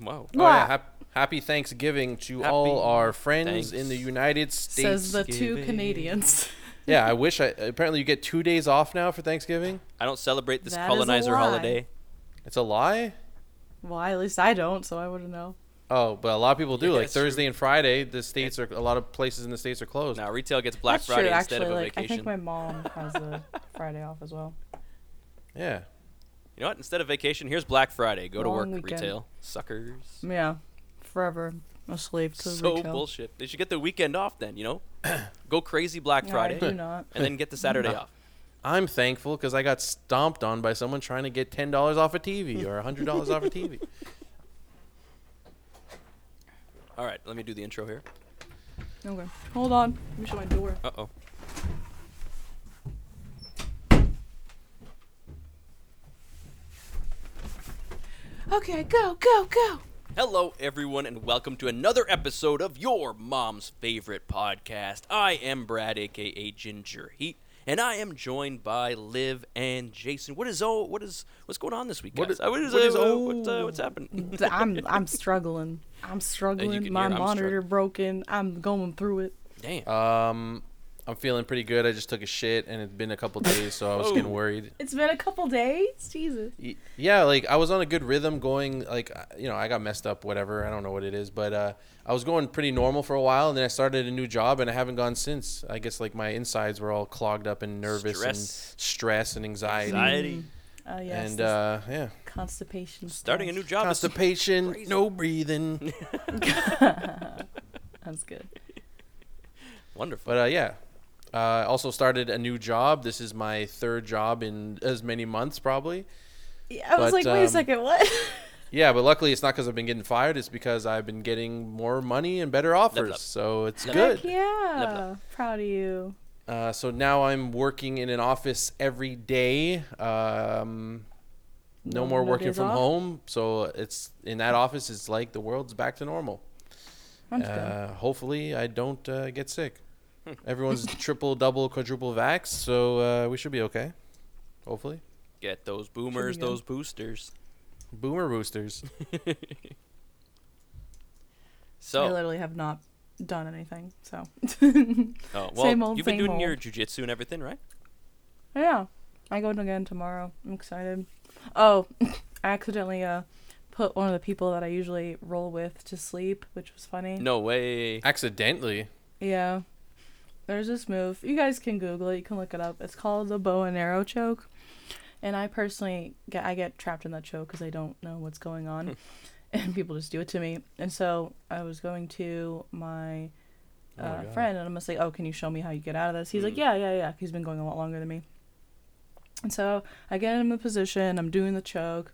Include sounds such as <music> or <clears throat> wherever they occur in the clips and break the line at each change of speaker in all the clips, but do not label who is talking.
Wow.
Oh, yeah,
What?
hap- happy Thanksgiving to
Happy
all our friends in the
thanks-
United States.
Says the two
Thanksgiving.
Canadians. <laughs>
yeah, I wish I. Apparently, you get two days off now for Thanksgiving.
I don't celebrate this
That is a
colonizer
lie.
holiday.
It's a lie.
well, at least I don't, so I wouldn't know.
Oh, but a lot of people do.
Yeah,
like
that's true.
Thursday and Friday, the states are a lot of places in the states are closed.
Now retail gets Black
That's
Friday
true,
instead
actually.
of a
like, I
vacation.
think my mom
<laughs>
has a Friday off as well.
Yeah.
You know what? Instead of vacation, here's Black Friday. Go to
Long
work,
weekend.
retail suckers.
Yeah, forever asleep to
So
retail.
bullshit. They should get the weekend off then. You know,
<clears throat>
go crazy Black
No,
Friday,
I do not.
<laughs> and then get the Saturday off.
I'm thankful because I got stomped on by someone trying to get ten dollars off a
<laughs>
TV or hundred dollars off a TV.
All right, let me do the intro here.
Okay, hold on. Let me shut my door.
Uh oh.
Okay, go, go, go.
Hello, everyone, and welcome to another episode of your mom's favorite podcast. I am Brad, aka Ginger Heat, and I am joined by Liv and Jason. What is oh, what is what's going on this week,
What
guys?
is-
Uh, what is,
what
uh,
is-
uh, what's, uh,
oh.
what's
<laughs>
happening?
I'm I'm struggling. I'm struggling.
can
My
hear I'm
monitor
struggling.
broken. I'm going through it.
Damn.
Um, I'm feeling pretty good. I just took a shit and it's been a couple days, so I was
Oh.
getting worried.
It's been a couple days. Jesus.
Y- yeah like i was on a good rhythm going like uh, you know i got messed up whatever i don't know what it is but uh, i was going pretty normal for a while and then i started a new job and i haven't gone since i guess like my insides were all clogged up and nervous
Stress.
and stress and anxiety,
Anxiety.
Uh, yes.
and
this
uh, yeah
constipation.
Starting a
stuff.
new job. is-
constipation
crazy.
no
<laughs>
breathing
That's good.
Wonderful.
but uh, yeah uh, also started a new job this is my third job in as many months probably
Yeah, I was
But,
like, wait a
um,
second, what? <laughs>
yeah but luckily it's not because i've been getting fired it's because i've been getting more money and better offers
up.
so it's
Level
good
Heck yeah. Proud of you.
Uh, so now I'm working in an office every day. Um, no,
No-
more
no
working
days
from
off?
home. So it's in that office. It's like the world's back to normal.
That's good.
Uh, hopefully, I don't uh, get sick.
<laughs>
Everyone's triple, double, quadruple vax, so uh, we should be okay. Hopefully,
Get those boomers,
Should be good.
those boosters.
boomer
<laughs>
roosters.
I
<laughs> So,
literally have not done anything. So
oh, well,
Same old,
you've been
same
doing your
old.
jujitsu and everything, right?
<laughs> yeah, I go again tomorrow. I'm excited. Oh, <laughs> I accidentally uh put one of the people that I usually roll with to sleep, which was funny.
No way.
Accidentally,
Yeah. There's this move. You guys can Google it. You can look it up. It's called the bow and arrow choke. And I personally get I get trapped in that choke because I don't know what's going on,
<laughs>
and people just do it to me. And so I was going to my
Oh my
uh,
God.
friend, and I'm just like, "Oh, can you show me how you get out of this?" He's like, "Yeah, yeah, yeah." He's been going a lot longer than me. And so I get him a position. I'm doing the choke,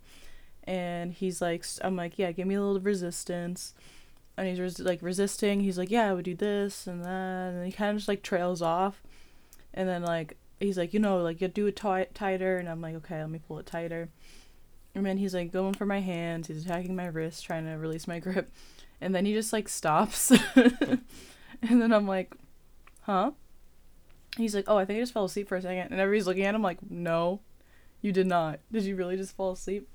and he's like, s- "I'm like, yeah, give me a little resistance." and he's res- like resisting. He's like, "Yeah, I would do this and that," and then he kind of just like trails off, and then like he's like, "You know, like you do it ti- tighter," and I'm like, "Okay, let me pull it tighter." And then he's like going for my hands. He's attacking my wrist, trying to release my grip, and then he just like stops, <laughs> and then I'm like, "Huh?" He's like, "Oh, I think I just fell asleep for a second. and everybody's looking at him like, "No, you did not. Did you really just fall asleep?"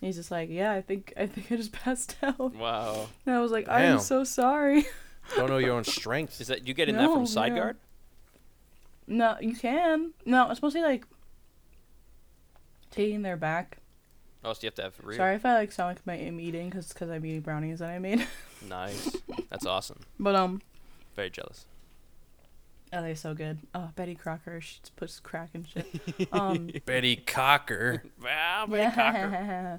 And he's just like, "Yeah, I think I think I just <laughs> passed out."
Wow.
And I was like,
Damn.
I'm so sorry.
don't know your own strength.
Is that you getting that
No,
from side
yeah.
guard?
No, you can. No, it's mostly like taking their back.
Oh, so you have to have rear.
Sorry if I like sound like I'm eating because because I'm eating brownies that I made. <laughs>
Nice. That's awesome.
but um,
Very jealous.
oh, they're so good. Oh, Betty Crocker, she just puts crack and shit.
<laughs>
Um,
Betty Cocker.
Wow, very cocker.
yeah.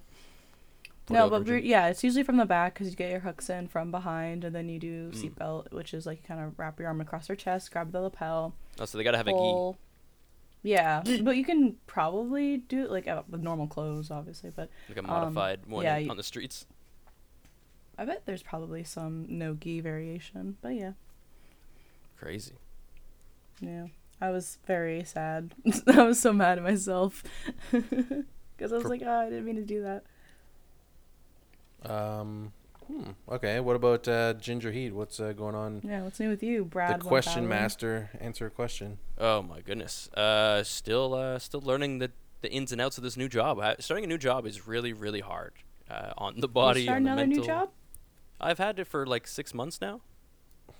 Poor
<laughs> No,
old
but
virgin.
we're- yeah, it's usually from the back because you get your hooks in from behind, and then you do
Mm.
seatbelt, which is like you kind of wrap your arm across their chest, grab the lapel,
Oh, so they gotta have a gi.
full- Yeah,
<laughs>
but you can probably do it like uh, with normal clothes, obviously. But
Like a modified one
Um, yeah, you-
on the streets.
I bet there's probably some no gi variation. But yeah,
Crazy.
yeah. I was very sad. <laughs> I was so mad at myself <laughs> because I was
For-
like, oh, I didn't mean to do that.
<laughs> Um, hmm, okay. What about uh, Ginger Heat? What's uh, going on?
Yeah, what's new with you, Brad?
the question master. Answer a question.
Oh my goodness. Uh, still, uh, still learning the the ins and outs of this new job. I, starting a new job is really, really hard. uh, on the
You
body.
start
on the
another
mental.
new job?
I've had it for like six months now.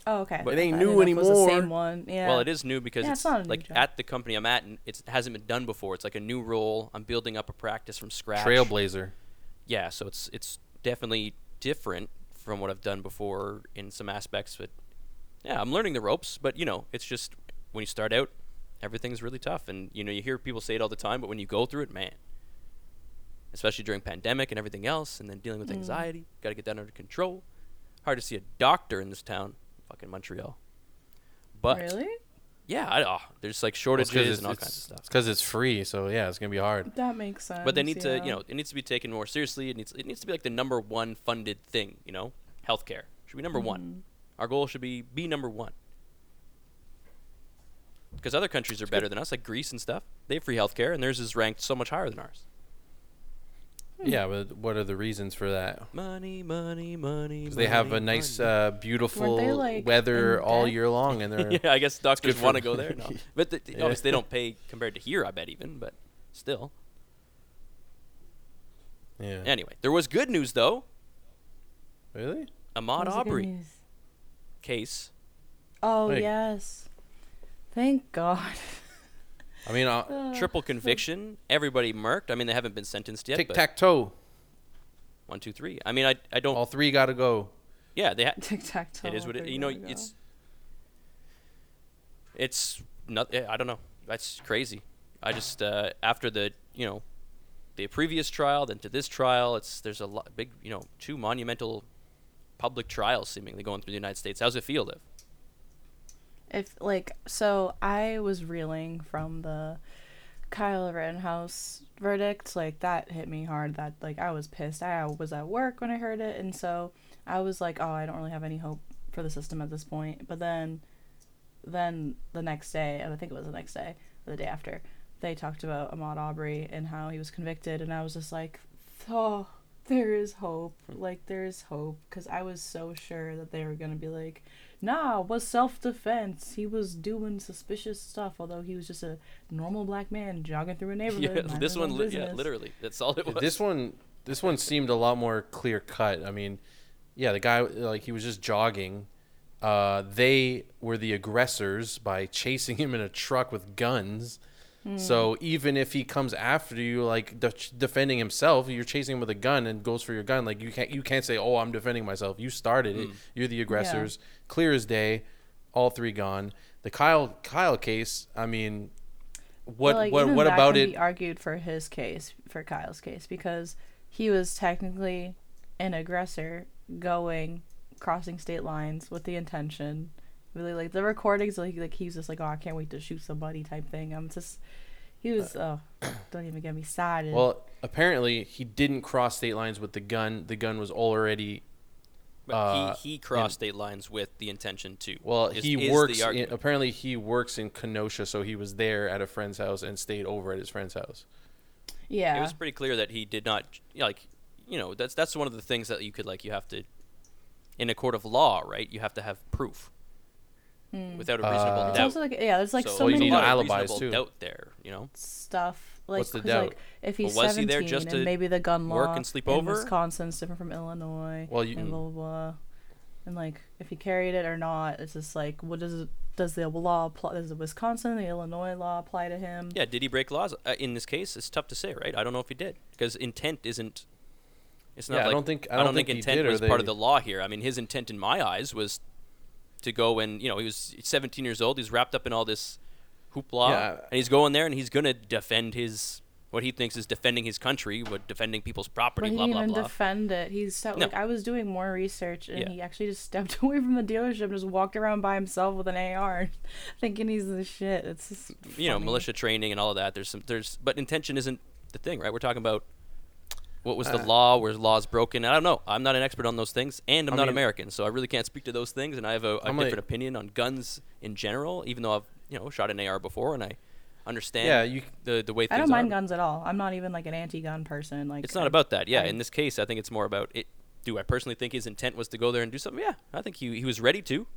Oh, okay.
But it ain't
I didn't
new
know if it was the
anymore.
same one. Yeah.
Well, it is new because
Yeah,
it's,
it's not a new
like
job.
at the company I'm at, and it's, it hasn't been done before. It's like a new role. I'm building up a practice from scratch.
Trailblazer.
Yeah, so it's it's definitely different from what I've done before in some aspects, but yeah, I'm learning the ropes. But you know, it's just when you start out, everything's really tough, and you know you hear people say it all the time, but when you go through it, man, especially during pandemic and everything else, and then dealing
Mm.
with anxiety, got to get that under control. Hard to see a doctor in this town, fucking Montreal. But
Really?
yeah, I, oh, there's like
It's
shortages
'cause it's,
and all
it's-
kinds of stuff.
it's 'cause it's free, so yeah, it's gonna be hard.
That makes sense.
But they need
yeah.
to, you know, it needs to be taken more seriously. It needs, it needs to be like the number one funded thing. You know, healthcare should be number one.
Mm-hmm.
Our goal should be be number one. Because other countries are better than us, like Greece and stuff. They have free healthcare, and theirs is ranked so much higher than ours. Hmm.
Yeah, but what are the reasons for that?
Money, money, money.
'Cause They have a
money,
nice,
money.
uh, beautiful
like,
weather
in
all
debt?
year long, and they're
<laughs> yeah, I guess doctors
good for
want to
them.
go there. No. But the, the-
Yeah.
obviously, they don't pay compared to here. I bet even, but still.
yeah.
Anyway, there was good news though.
really?
Ahmad
What was the good
Aubrey
news?
case.
Oh,
Like-
yes. Thank God. <laughs>
I mean, uh,
Triple conviction. Everybody murked. I mean, they haven't been sentenced yet.
tic
but-
tac toe.
One, two, three. I mean, I, I don't.
All three got to go.
yeah, they. Ha-
Tic tac toe.
it is what it. You know, it's. It's not. eh, I don't know. That's crazy. I just uh, after the you know, the previous trial, then to this trial. It's there's a lot big you know two monumental, public trials seemingly going through the United States. How's it feel, Liv?
if like so i was reeling from the kyle rittenhouse verdict like that hit me hard that like i was pissed i was at work when i heard it and so i was like oh i don't really have any hope for the system at this point but then then the next day and i think it was the next day or the day after they talked about ahmad aubrey and how he was convicted and i was just like oh there is hope like there is hope because i was so sure that they were gonna be like Nah, it was self defense. He was doing suspicious stuff, although he was just a normal black man jogging through a
<laughs>
neighborhood.
Yeah,
minding
this
his
one.
own
Li- yeah,
business.
literally. That's all it was.
This one, this one seemed a lot more clear cut. I mean, yeah, the guy like he was just jogging. Uh, they were the aggressors by chasing him in a truck with guns.
Hmm.
So even if he comes after you, like def- defending himself, you're chasing him with a gun and goes for your gun. Like you can't, you can't say, "Oh, I'm defending myself." You started
Hmm.
it. You're the aggressors. Clear as day. All three gone. The Kyle Kyle case. I mean, what
But, like,
what
even
what
that
about
can
it?
Be argued for his case, for Kyle's case, because he was technically an aggressor going crossing state lines with the intention. Really, like the recordings, like like he was just like, oh, I can't wait to shoot somebody type thing. I'm just, he was, oh, don't even get me started.
Uh, Well, apparently he didn't cross state lines with the gun. The gun was already
But
uh,
he, he crossed state lines with the intention to.
well.
is-
he
is the
works. In,
argument.
apparently he works in Kenosha, so he was there at a friend's house and stayed over at his friend's house.
yeah,
it was pretty clear that he did not you know, like you know that's that's one of the things that you could like you have to in a court of law right you have to have proof without a reasonable
Uh,
Hmm. It's
doubt
also like yeah, there's like so,
Well, you
many
need
there's a lot of
alibis,
reasonable
too.
doubt there you know
stuff. Like,
What's the
'cause, like,
doubt?
if he's
Well, was he
seventeen,
there just to
and maybe the gun law
work and sleep
in
over? mm.
Wisconsin's different from Illinois.
Well, you-
and blah blah blah. And like, if he carried it or not, it's just like, what does it, does the law apply? Does the Wisconsin, the Illinois law apply to him?
yeah did he break laws uh, in this case it's tough to say right I don't know if he did because intent isn't it's not
Yeah, I
like,
don't think- I don't think he
intent
did, or
was part of
they-
the law here I mean his intent in my eyes was to go and you know he was 17 years old he's wrapped up in all this hoopla
Yeah.
and he's going there and he's gonna defend his what he thinks is defending his country, what defending people's
But
property,
he
blah
didn't
blah
even
blah.
defend it. He stepped
No.
like I was doing more research, and
Yeah.
he actually just <laughs> stepped away from the dealership and just walked around by himself with an AR, <laughs> thinking he's the shit. It's just
you know
funny.
militia training and all of that there's some there's but intention isn't the thing right we're talking about what was the
Uh,
law where laws broken i don't know i'm not an expert on those things and i'm
I
not
mean-
american so i really can't speak to those things and i have a, a
I'm
different
like-
opinion on guns in general even though i've you know shot an ar before and i understand
Yeah, you-
the, the way things
I don't mind
are.
guns at all. I'm not even like an anti-gun person. Like
it's not
I-
about that yeah
I-
in this case i think it's more about it do i personally think his intent was to go there and do something yeah i think he, he was ready to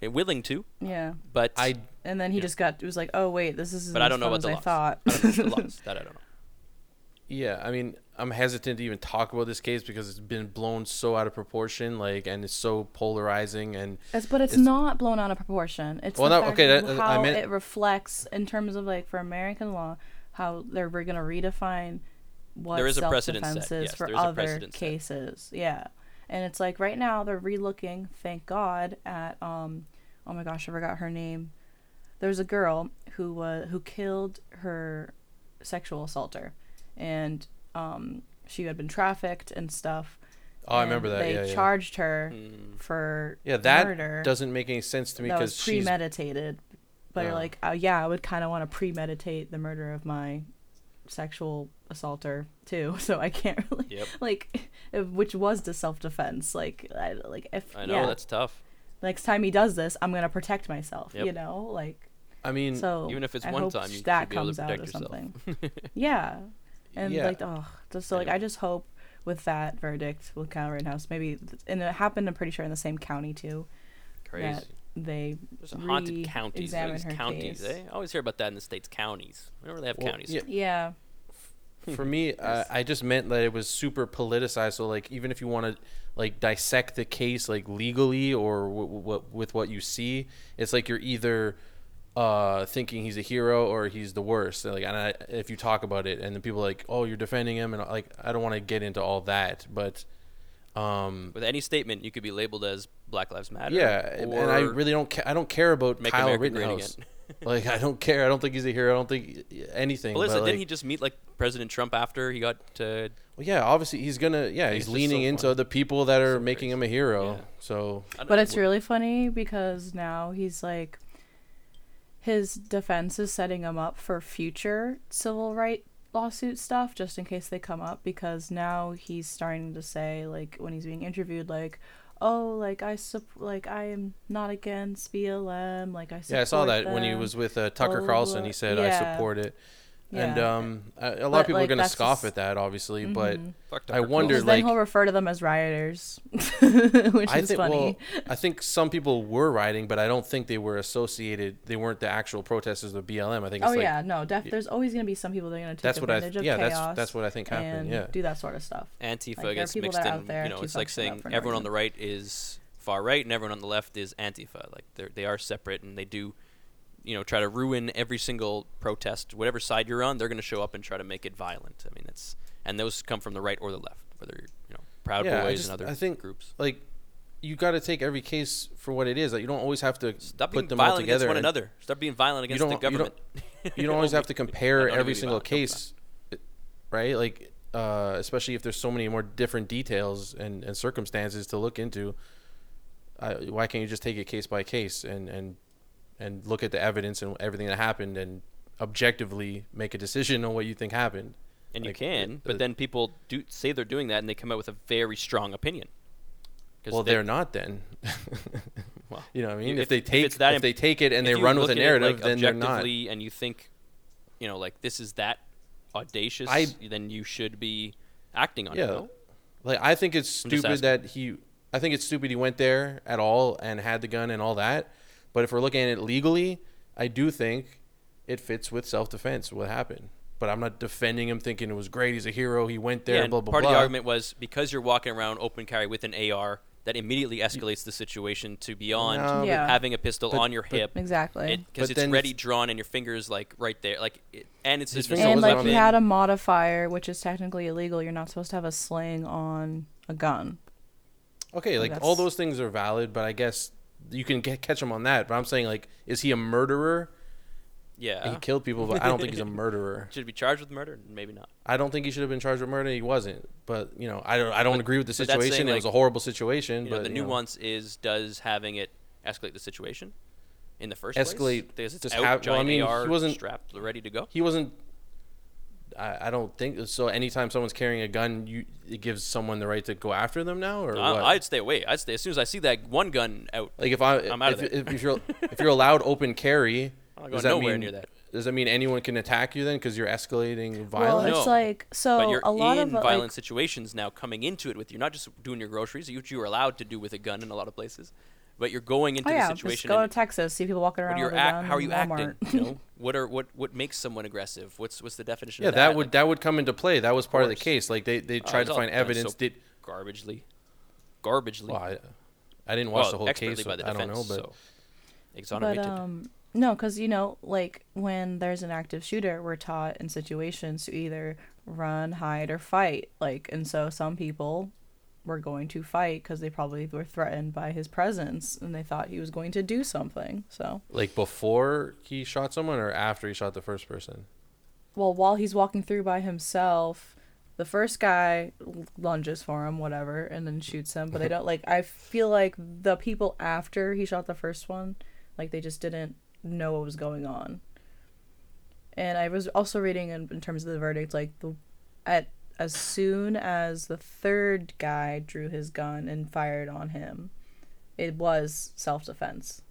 and willing to
Yeah.
but
I
And then he
Yeah.
just got it was like, oh wait, this isn't
but i
as
don't know about
fun as
the
I
laws
thought.
i don't know the laws that i don't know
Yeah, I mean, I'm hesitant to even talk about this case because it's been blown so out of proportion, like, and it's so polarizing, and
It's, but it's,
It's-
not blown out of proportion. It's
Well,
the
no,
fact
okay,
of
that- that- I
how
meant-
it reflects in terms of like for American law, how they're we're gonna redefine what
There is a
self
precedent set,
defense is
yes, there
for
is a
other
precedent set.
cases. Yeah, and it's like right now they're relooking. Thank God at um, oh my gosh, I forgot her name. There's a girl who was who killed her sexual assaulter, and um, she had been trafficked and stuff.
oh, I
and
remember that.
They
yeah, yeah.
charged her
Hmm.
for
yeah, that
murder
doesn't make any sense to me
that
because
was
she's
premeditated. But you're
Yeah.
like, oh, yeah, I would kind of want to premeditate the murder of my sexual assaulter too. <laughs> So I can't really
Yep.
like, <laughs> if, which was to self defense. Like, I, like if
I know
<laughs> yeah,
that's tough.
next time he does this, I'm gonna protect myself.
Yep.
You know, like
I mean,
so.
Even if it's
I
one
hope
time, you
that
should be able to
comes out
protect
or
yourself. <laughs>
something. yeah, and
Yeah.
like, oh, just so like,
Anyway.
I just hope with that verdict with Kyle Rittenhouse, maybe, and it happened. I'm pretty sure in the same county too.
Crazy.
That they
There's haunted counties.
re-examine
There's
her
counties.
case.
Eh? I always hear about that in the states. Counties. Whenever they have
well,
counties.
yeah,
Yeah.
<laughs> for me, uh, I just meant that it was super politicized. So, like, even if you want to like dissect the case like legally or w- w- with what you see, it's like you're either uh, thinking he's a hero or he's the worst. And, like, and I, if you talk about it, and the people are like, oh, you're defending him, and like, I don't want to get into all that, but um,
With any statement, you could be labeled as Black Lives Matter.
yeah, and I
or-
really don't, ca- I don't care about
Make
Kyle
America Great
Rittenhouse. <laughs> like, I don't care. I don't think he's a hero. I don't think anything.
Well, listen,
but,
didn't
like-
he just meet like President Trump after he got uh,
Well, yeah, obviously he's gonna. Yeah,
he's
he's,
just
leaning
so
into
funny.
the people that are
So
making
crazy.
him a hero.
Yeah.
So
I don't
But
know,
it's really funny because now he's like his defense is setting him up for future civil right lawsuit stuff just in case they come up because now he's starting to say like when he's being interviewed like oh like I sup- like I am not against BLM like I support
yeah, I saw that when he
them."
was with uh, Tucker
blah,
Carlson.
blah.
He said, "I
Yeah.
support it," and
Yeah.
um, a, a lot
But,
of people
like,
are gonna
that's
scoff
just- Mm-hmm.
at that, obviously. But
fuck
I wonder,
Tucker
Because
Carlson.
then
like-
he'll refer to them as rioters <laughs> which
I
is
think,
funny
well, <laughs> I think some people were writing, but I don't think they were associated. They weren't the actual protesters of BLM. I think it's
oh
like
yeah no def- there's always going to be some people that are going to take
that's what I. th-
advantage of
Yeah,
chaos
that's that's what I think
and
happened. Yeah,
do that sort of stuff
Antifa
Like, there are
gets
people
mixed
that are
in.
out there
You know,
to
it's like
fuck shit up
saying
for no
everyone on the
reason.
right is far right and everyone on the left is Antifa. Like they they are separate and they do, you know, try to ruin every single protest. Whatever side you're on, they're going to show up and try to make it violent. I mean, that's and those come from the right or the left, whether you're you know Proud
yeah. I,
Boys
just,
and other
I think
groups.
like you got to take every case for what it is. Like you don't always have to
Stop
put
being
them all
violent against
together
one
and-
another. Stop being violent against the
don't- you
government.
don't- <laughs> you
<laughs>
don't always have to
I
compare
don't
every
agree
single
with that. Nope.
case, right? Like, uh, especially if there's so many more different details and, and circumstances to look into. Uh, why can't you just take it case by case and and and look at the evidence and everything that happened and objectively make a decision on what you think happened?
And you
Like,
can,
it-
but
it-
then people do say they're doing that, and they come out with a very strong opinion. 'Cause
Well,
they-
they, are not then. <laughs>
Well,
you know what I mean?
if-
If, they
if
take
it's
if,
that im-
they take it and
if
they
you
run with a
look at it,
narrative,
like,
then they're not.
objectively And you think, you know, like this is that audacious,
I-
then you should be acting on it.
Yeah.
No?
Like I think it's
I'm just
stupid
asking.
that he I think it's stupid he went there at all and had the gun and all that. But if we're looking at it legally, I do think it fits with self defense what happened. But I'm not defending him thinking it was great, he's a hero, he went there,
Yeah, and
blah blah
part
blah.
of the argument was because you're walking around open carry with an AR, that immediately escalates the situation to beyond
No, but-
Yeah.
having a pistol
but-
on your
but-
hip.
exactly
Because
But
it's
then
ready
if-
drawn and your fingers like right there, like, it, and it's
His
an
finger
assault
and
was
like
up
he
weapon.
there.
had a modifier, which is technically illegal. You're not supposed to have a sling on a gun.
okay, like
That's-
all those things are valid, but I guess you can get, catch him on that. But I'm saying like is he a murderer?
yeah,
He killed people, but I don't
<laughs>
think he's a murderer.
should he be charged with murder, maybe not.
I don't think he should have been charged with murder. He wasn't. But you know, I don't I don't agree with the
but that's saying,
situation. it was
like,
a horrible situation.
you know,
but
the
you know.
nuance is does having it escalate the situation in the first place?
Escalate,
Because it's
just
out,
have- well, I
giant
mean,
AR
he wasn't-
strapped, ready to go.
he wasn't I, I don't think so anytime someone's carrying a gun you it gives someone the right to go after them now or what?
I, Uh, I'd stay away. I'd stay as soon as I see that one gun out.
like if I
I'm out of
if,
there.
if, if you're if you're allowed open carry
<laughs> I'm not
does
going
that
nowhere
mean
near that.
does that mean anyone can attack you then because you're escalating
Well,
violence
No.
it's like
But
so
you're
a lot
in
of uh,
violent
like,
situations now coming into it with you're not just doing your groceries, which you were allowed to do with a gun in a lot of places, but you're going into
Oh
the
yeah, just
situation.
go to
and
Texas, see people walking
what
around.
are your
with a
act,
gun
how are
in
you
Walmart.
acting? You know, what are what what makes someone aggressive? What's what's the definition?
Yeah,
of
that,
that,
would
Like,
that would come into play. That was part of the
course.
case. Like they, they
oh,
tried
it's
to
all
find
done
evidence.
so
Did
garbagely, garbagely.
well, I, I didn't watch
well,
the whole
expertly
case.
by the
I
defense.
don't know, but
so.
<laughs> But
exonerated.
um, no, because you know, like when there's an active shooter, we're taught in situations to either run, hide, or fight. Like, and so some people were going to fight because they probably were threatened by his presence and they thought he was going to do something. So,
like before he shot someone or after he shot the first person.
well, while he's walking through by himself. The first guy lunges for him, whatever, and then shoots him. But they don't like. I feel like the people after he shot the first one, like they just didn't know what was going on. and I was also reading in, in terms of the verdict, like the at as soon as the third guy drew his gun and fired on him, it was self defense,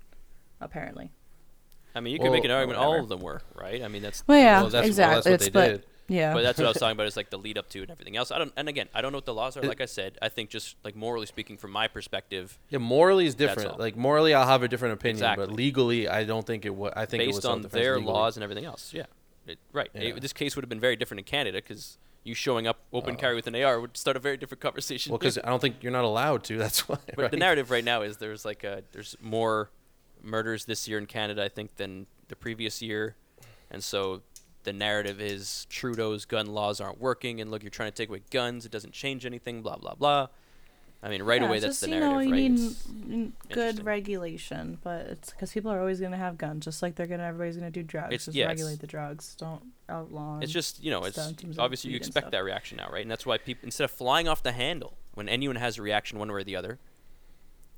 apparently.
I mean, you could make an
well,
argument
whatever.
all of them were right. I mean, that's
Well, yeah,
well, that's,
exactly.
Well, that's what they did.
yeah,
But that's what I was talking about. Is like the lead up to and everything else. I don't. And again, I don't know what the laws are. Like I said, I think just like morally speaking, from my perspective,
Yeah, morally is
That's
different.
all.
Like morally, I'll have a different opinion, but
Exactly.
legally, I don't think it was. I think it
based
was
on
self-defense
their
legally.
laws and everything else. Yeah, It- right. It-
Yeah.
this case would have been very different in Canada because you showing up open carry with an AR would start a very different conversation.
Oh. Well, because I don't think you're not allowed to. <laughs> That's why.
but the
right?
narrative right now is there's like a, there's more murders this year in Canada, I think, than the previous year, and so the narrative is Trudeau's gun laws aren't working, and look, you're trying to take away guns, it doesn't change anything, blah blah blah. I mean, right
Yeah,
away
it's
that's
just,
the narrative,
you know,
right?
You
It's-
need n- good
interesting.
regulation, but it's because people are always going to have guns, just like they're going to everybody's going to do drugs.
It's-
just
yeah, it's-
regulate the drugs. Don't outlaw.
It's just you know, it's
symptoms of
obviously you
weed and
expect
stuff.
that reaction now, right? And that's why people instead of flying off the handle when anyone has a reaction one way or the other,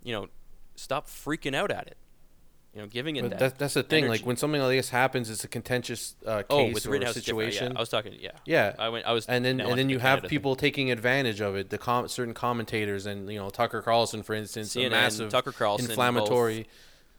you know, stop freaking out at it. You know, giving it
But
that.
that, that's the thing.
energy.
Like when something like this happens, it's a contentious uh,
oh,
case
with
or
Rittenhouse different, yeah.
situation.
I was talking. Yeah.
Yeah.
I went. I was.
and then
no, I
and then
think
you
the
have
Canada thing.
people taking advantage of it. The com- certain commentators and you know Tucker Carlson, for instance, a
CNN,
massive
Tucker Carlson,
inflammatory.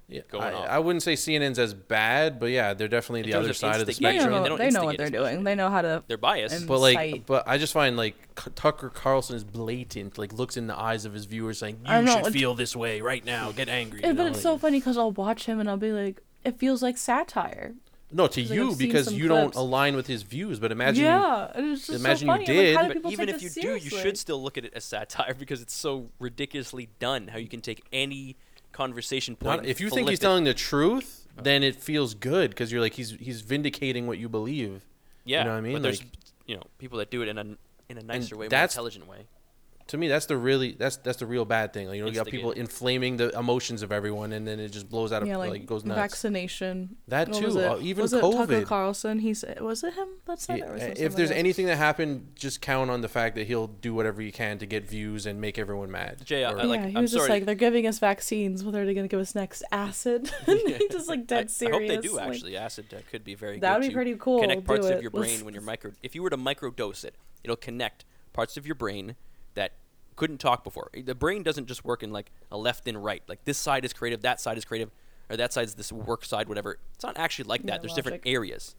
Yeah,
going
I,
off.
I wouldn't say CNN's as bad, but yeah, they're definitely the
terms
other
of
side of the
instigation,
They
spectrum.
Actually,
know,
they don't
they know what
instigate
they're
as much.
doing. They know how to.
They're biased.
and
But like,
Sight.
but I just find like C- Tucker Carlson is blatant. Like looks in the eyes of his viewers, saying
I
you
know,
should
it's-
feel this way right now. Get angry.
Yeah,
you
but
know,
it's
like-
so funny because I'll watch him and I'll be like, it feels like satire.
no to
like, I've
you
seen
because
some
you don't
clips.
align with his views. But imagine
yeah, and it's just
imagine
so
you
funny. I'm like, how
did,
do
but
people
Even
take
if you
this
do, you
seriously?
should still look at it as satire because it's so ridiculously done. How you can take any conversation point.
Not,
and
if you think
flip
he's
it.
telling the truth, then it feels good because you're like he's he's vindicating what you believe.
yeah,
you know what I mean.
But there's
Like,
you know people that do it in a in a nicer way, more
that's-
intelligent way.
to me, that's the really that's that's the real bad thing. Like, you know, you got people
Instigator.
inflaming the emotions of everyone, and then it just blows out of
yeah,
like,
like,
goes nuts.
vaccination.
That
What
too,
was it?
uh, even
was it Tucker
COVID.
Carlson? He said, was it him that said it? Or
Yeah,
was
eh,
it
if
someone
there's
else?
anything that happened, just count on the fact that he'll do wwhatever he can to get views and make everyone mad.
Jay, I
Or-
like-
yeah, he
I'm
was just
sorry.
like, they're giving us vaccines. What are they going to give us next? Acid? <laughs> and he just like
I-
dead serious.
I hope they do
like,
actually. Acid uh, could be very.
That
good
would be
to
pretty cool.
Connect parts
Do
of
it.
your brain when you're micro. If you were to microdose it, it'll connect parts of your brain that couldn't talk before. Eh, The brain doesn't just work in like a left and right. Like this side is creative, that side is creative, or that side's this work side, whatever. It's not actually like that.
Yeah,
There's different
logic.
areas,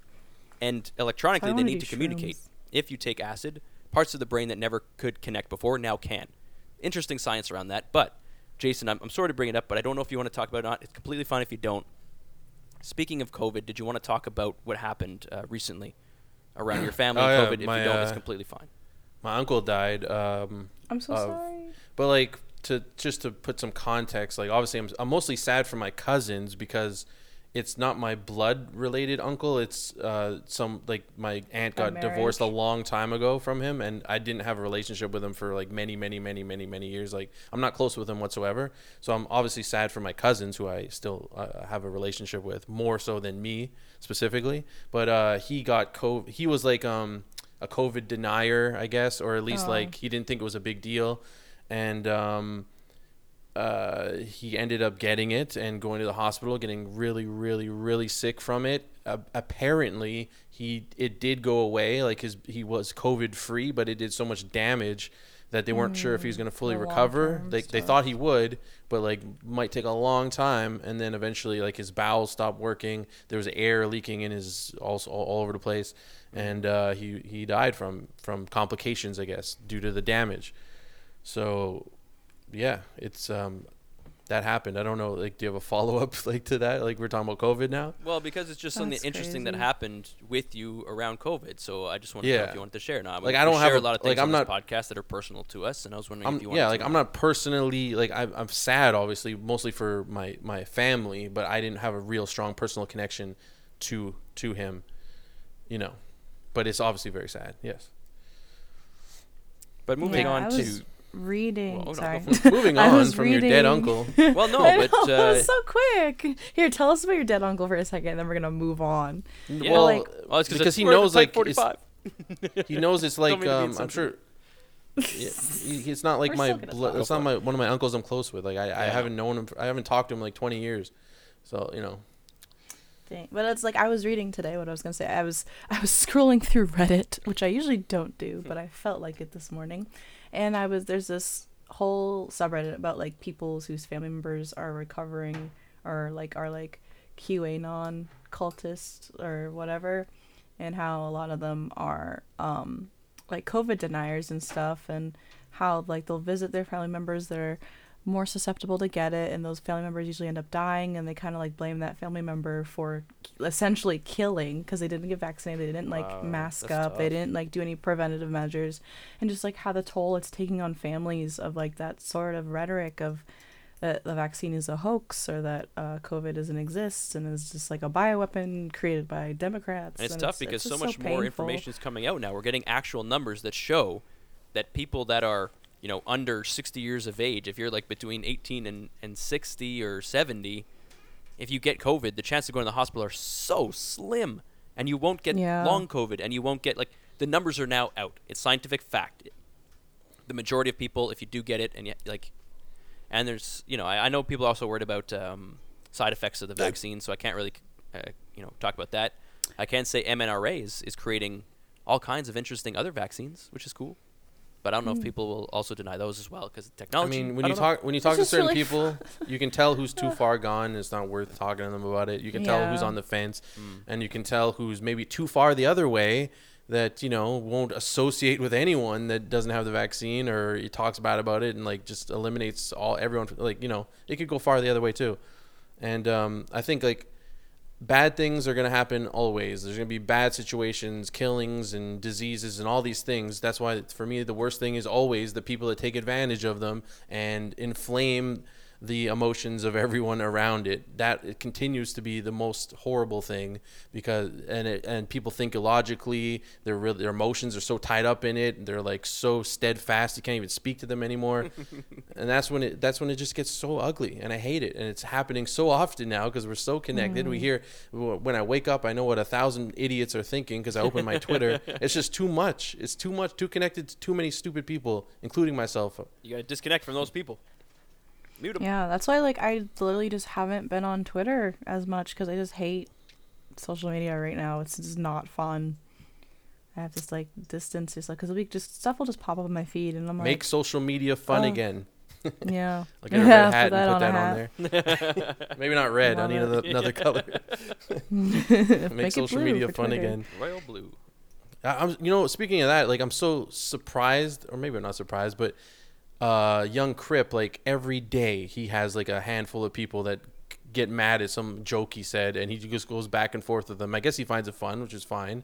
and electronically they
wanna
need
do
to communicate.
shrooms.
If you take acid, parts of the brain that never could connect before now can. Interesting science around that, but. Jason, I'm, I'm sorry to bring it up, but I don't know if you want to talk about it or not. It's completely fine if you don't. Speaking of COVID, did you want to talk about what happened uh, recently around your family?
Oh,
and
yeah,
COVID, if
my,
you don't, it's
uh,
completely fine.
My uncle died. Um,
I'm
Uh,
so
of-
sorry.
But like to just to put some context, like obviously I'm I'm mostly sad for my cousins because it's not my blood related uncle. It's uh some like my aunt
By
got divorced a
marriage.
long time ago from him and I didn't have a relationship with him for like many many many many many years. Like I'm not close with him whatsoever. So I'm obviously sad for my cousins who I still uh, have a relationship with more so than me specifically. But uh he got COVID. He was like um a COVID denier, I guess, or at least
Oh.
like he didn't think it was a big deal, and um, uh, he ended up getting it and going to the hospital, getting really, really, really sick from it. Uh, apparently, he it did go away. Like his he was COVID free, but it did so much damage that they weren't sure if he was going to fully
the
recover.
long-term
They they
stuff.
thought he would, but like might take a long time. And then eventually, like his bowels stopped working. There was air leaking in his also all, all over the place, and uh, he he died from from complications, I guess, due to the damage. So, yeah, it's um, that happened. I don't know. Like, do you have a follow up <laughs> like to that? Like, we're talking about COVID now.
Well, because it's just something
That's
interesting that
crazy.
happened with you around COVID, so I just wanted to know if
Yeah.
you wanted to share. Now,
Like, I don't have
share a,
a-
lot of
like,
things on
I'm
this
not-
podcast that are personal to us, and I was wondering
I'm,
if you wanted.
yeah,
to
like I'm not personally like I'm, I'm sad, obviously, mostly for my my family, but I didn't have a real strong personal connection to to him, you know. But it's obviously very sad.
<laughs>
Yes.
But moving
Yeah,
on
I
to
was reading.
Well, hold on,
Sorry.
go
Moving
<laughs> I
on
was
from your dead
<laughs>
reading-
uncle.
well, no,
<laughs> I know,
but
that
uh,
was so quick. Here, tell us about your dead uncle for a second, then we're gonna move on.
Yeah.
Well,
Like-
well, it's
because he
we're at
knows
the
like
Type
it's,
45.
he knows
<laughs>
it's
mean
like
to be
um, I'm sure.
insensitive.
Yeah, he- it's not like
We're
my
still gonna
blood.
talk.
It's not my one of my uncles I'm close with. Like I, I
Yeah.
haven't known him. For, I haven't talked to him in, like 20 years, so you know.
Dang. But it's like I was reading today what I was gonna say. I was I was <laughs> scrolling through Reddit, which I usually don't do, but I felt like it this morning. And I was there's this whole subreddit about like people whose family members are recovering or like are like QAnon cultists or whatever, and how a lot of them are um like COVID deniers and stuff, and how like they'll visit their family members that are more susceptible to get it, and those family members usually end up dying, and they kind of like blame that family member for k- essentially killing because they didn't get vaccinated, they didn't like
Wow,
mask
that's
up, they
tough.
didn't like do any preventative measures, and just like how the toll it's taking on families of like that sort of rhetoric of that the vaccine is a hoax or that uh, COVID doesn't exist and is just like a bioweapon created by Democrats.
And it's tough because so much more information is coming out now. We're getting actual numbers that show that people that are, you know, under 60 years of age, if you're like between 18 and, and 60 or 70, if you get COVID, the chances of going to the hospital are so slim. And you won't get
Yeah.
long COVID and you won't get, like, the numbers are now out. It's scientific fact. The majority of people, if you do get it, and yet, like, and there's, you know, I, I know people are also worried about um, side effects of the vaccine, so I can't really, uh, you know, talk about that. I can say MNRA is, is creating all kinds of interesting other vaccines, which is cool. But I don't know
Hmm.
if people will also deny those as well because
I
technology.
mean, when you
don't know.
talk when you talk to
just
certain
really
people, you can tell who's too far gone. and It's not worth talking to them about it. You can tell who's
Yeah.
on the fence, and you can tell who's maybe too far the other way. That you know won't associate with anyone that doesn't have the vaccine or he talks bad about it and like just eliminates all everyone. Like you know, it could go far the other way too. And um, I think like bad things are going to happen always. There's going to be bad situations, killings, and diseases, and all these things. That's why, for me, the worst thing is always the people that take advantage of them and inflame the emotions of everyone around it. That it continues to be the most horrible thing because and it, and people think illogically. Their real their emotions are so tied up in it. They're like so steadfast. You can't even speak to them anymore. and that's when it that's when it just gets so ugly and i hate it and it's happening so often now because we're so connected we hear w- when i wake up i know what a thousand idiots are thinking because i open my <laughs> twitter it's just too much it's too much too connected to too many stupid people including myself
you got to disconnect from those people. Mute 'em.
Yeah, that's why like I literally just haven't been on Twitter as much because I just hate social media right now. It's just not fun. I have this like distance yourself because be just stuff will just pop up in my feed and I'm like,
make social media fun
Oh.
again
yeah,
i'll <laughs>
<laughs>
get a
Yeah,
red hat and put that on,
<laughs>
<laughs> there maybe not red i
Love
need
it.
another, <laughs> another color
there.
make, social media fun again
Royal blue.
I- I'm, you know, speaking of that, like I'm so surprised, or maybe I'm not surprised, but uh, young Crip, like every day he has like a handful of people that c- get mad at some joke he said, and he just goes back and forth with them. I guess he finds it fun, which is fine,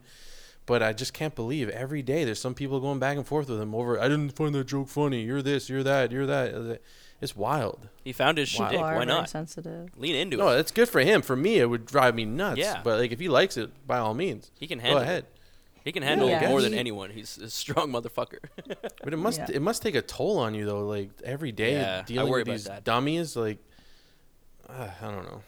but I just can't believe every day there's some people going back and forth with him over. I didn't find that joke funny. You're this. You're that. You're that. It's wild.
He found his
Wow.
shtick.
People are
Why
very
not?
sensitive.
Lean into
No,
it.
that's good for him. For me, it would drive me nuts.
Yeah.
But like if he likes it, by all means,
He can
go
handle.
ahead.
It. He can handle
Yeah,
it more
he-
than anyone. He's a strong <laughs> motherfucker.
But it must
Yeah.
it must take a toll on you though, like every day
Yeah, I
dealing
worry
with
about
these
that.
dummies. Like, uh, I don't know.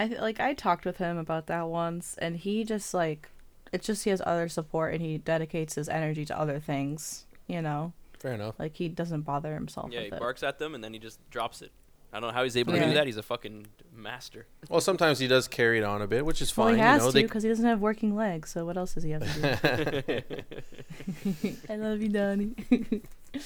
I th- like I talked with him about that once, and he just like it's just he has other support and he dedicates his energy to other things. You know,
Fair enough.
like he doesn't bother himself.
yeah,
with
he
it.
barks at them and then he just drops it. I don't know how he's able to
Yeah.
do that. He's a fucking
<laughs>
master. <laughs>
Well, sometimes he does carry it on a bit, which is
Well,
fine.
he
you
has
know,
to
they,
because he doesn't have working legs. So what else does he have to
<laughs>
do? <laughs> I love you, Donnie.
<laughs>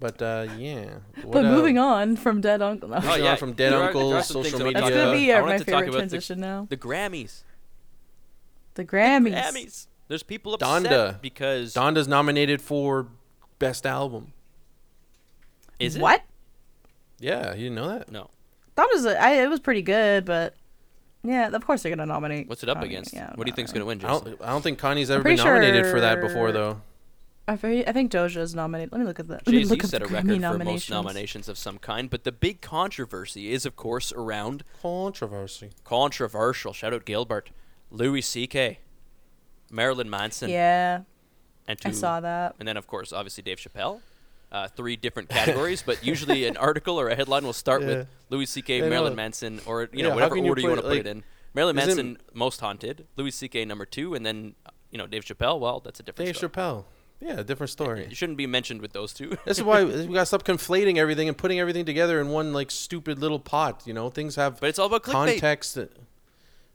but uh, yeah. uh,
but moving on from Dead Uncle. No.
Oh, yeah.
from dead
There are-
uncles,
there are some things
social
I wanna
media.
That's
talk
gonna
about.
be
uh,
our,
I
my
wanted to talk
favorite
about the-
transition now.
The Grammys.
The Grammys.
Grammys. There's people upset
Donda.
because
Donda's nominated for best album.
is it?
what?
Yeah, you didn't know that?
No.
That was a, I, it was pretty good, but yeah, of course they're gonna nominate.
What's it up
Kanye.
against?
Yeah,
what do you think's
no,
going to win,
I
Jason?
don't, I don't think Kanye's ever been
pretty
nominated for that
sure-
before, though.
I, fe- I think Doja's nominated. Let me look at that. Let me
Jay Z
look up
set a
the
record
Grammy
for most
nominations.
nominations of some kind, but the big controversy is, of course, around
Controversy.
controversial. Shout out Gilbert, Louis C.K., Marilyn Manson,
Yeah,
and
I
to- <laughs>
saw that.
and then of course obviously Dave Chappelle. Uh, three different categories, but
<laughs>
usually an article or a headline will start
Yeah.
with Louis C.K.,
I
Marilyn
know.
Manson, or you
Yeah,
know
how
whatever
can you
order you
put,
want to put
like,
it in. Marilyn
isn't-
Manson most haunted, Louis C.K. number two, and then uh, you know Dave Chappelle. Well, that's a different.
Dave
story.
Chappelle. Yeah, different
It
story.
shouldn't be mentioned with those two.
This is why we gotta stop conflating everything and putting everything together in one like stupid little pot. You know, things have
But it's all about clickbait.
context. that-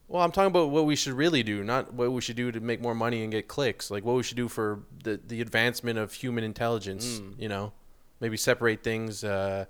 Well, I'm talking about what we should really do, not what we should do to make more money and get clicks. Like what we should do for the the advancement of human intelligence.
Hmm.
You know, maybe separate things, uh,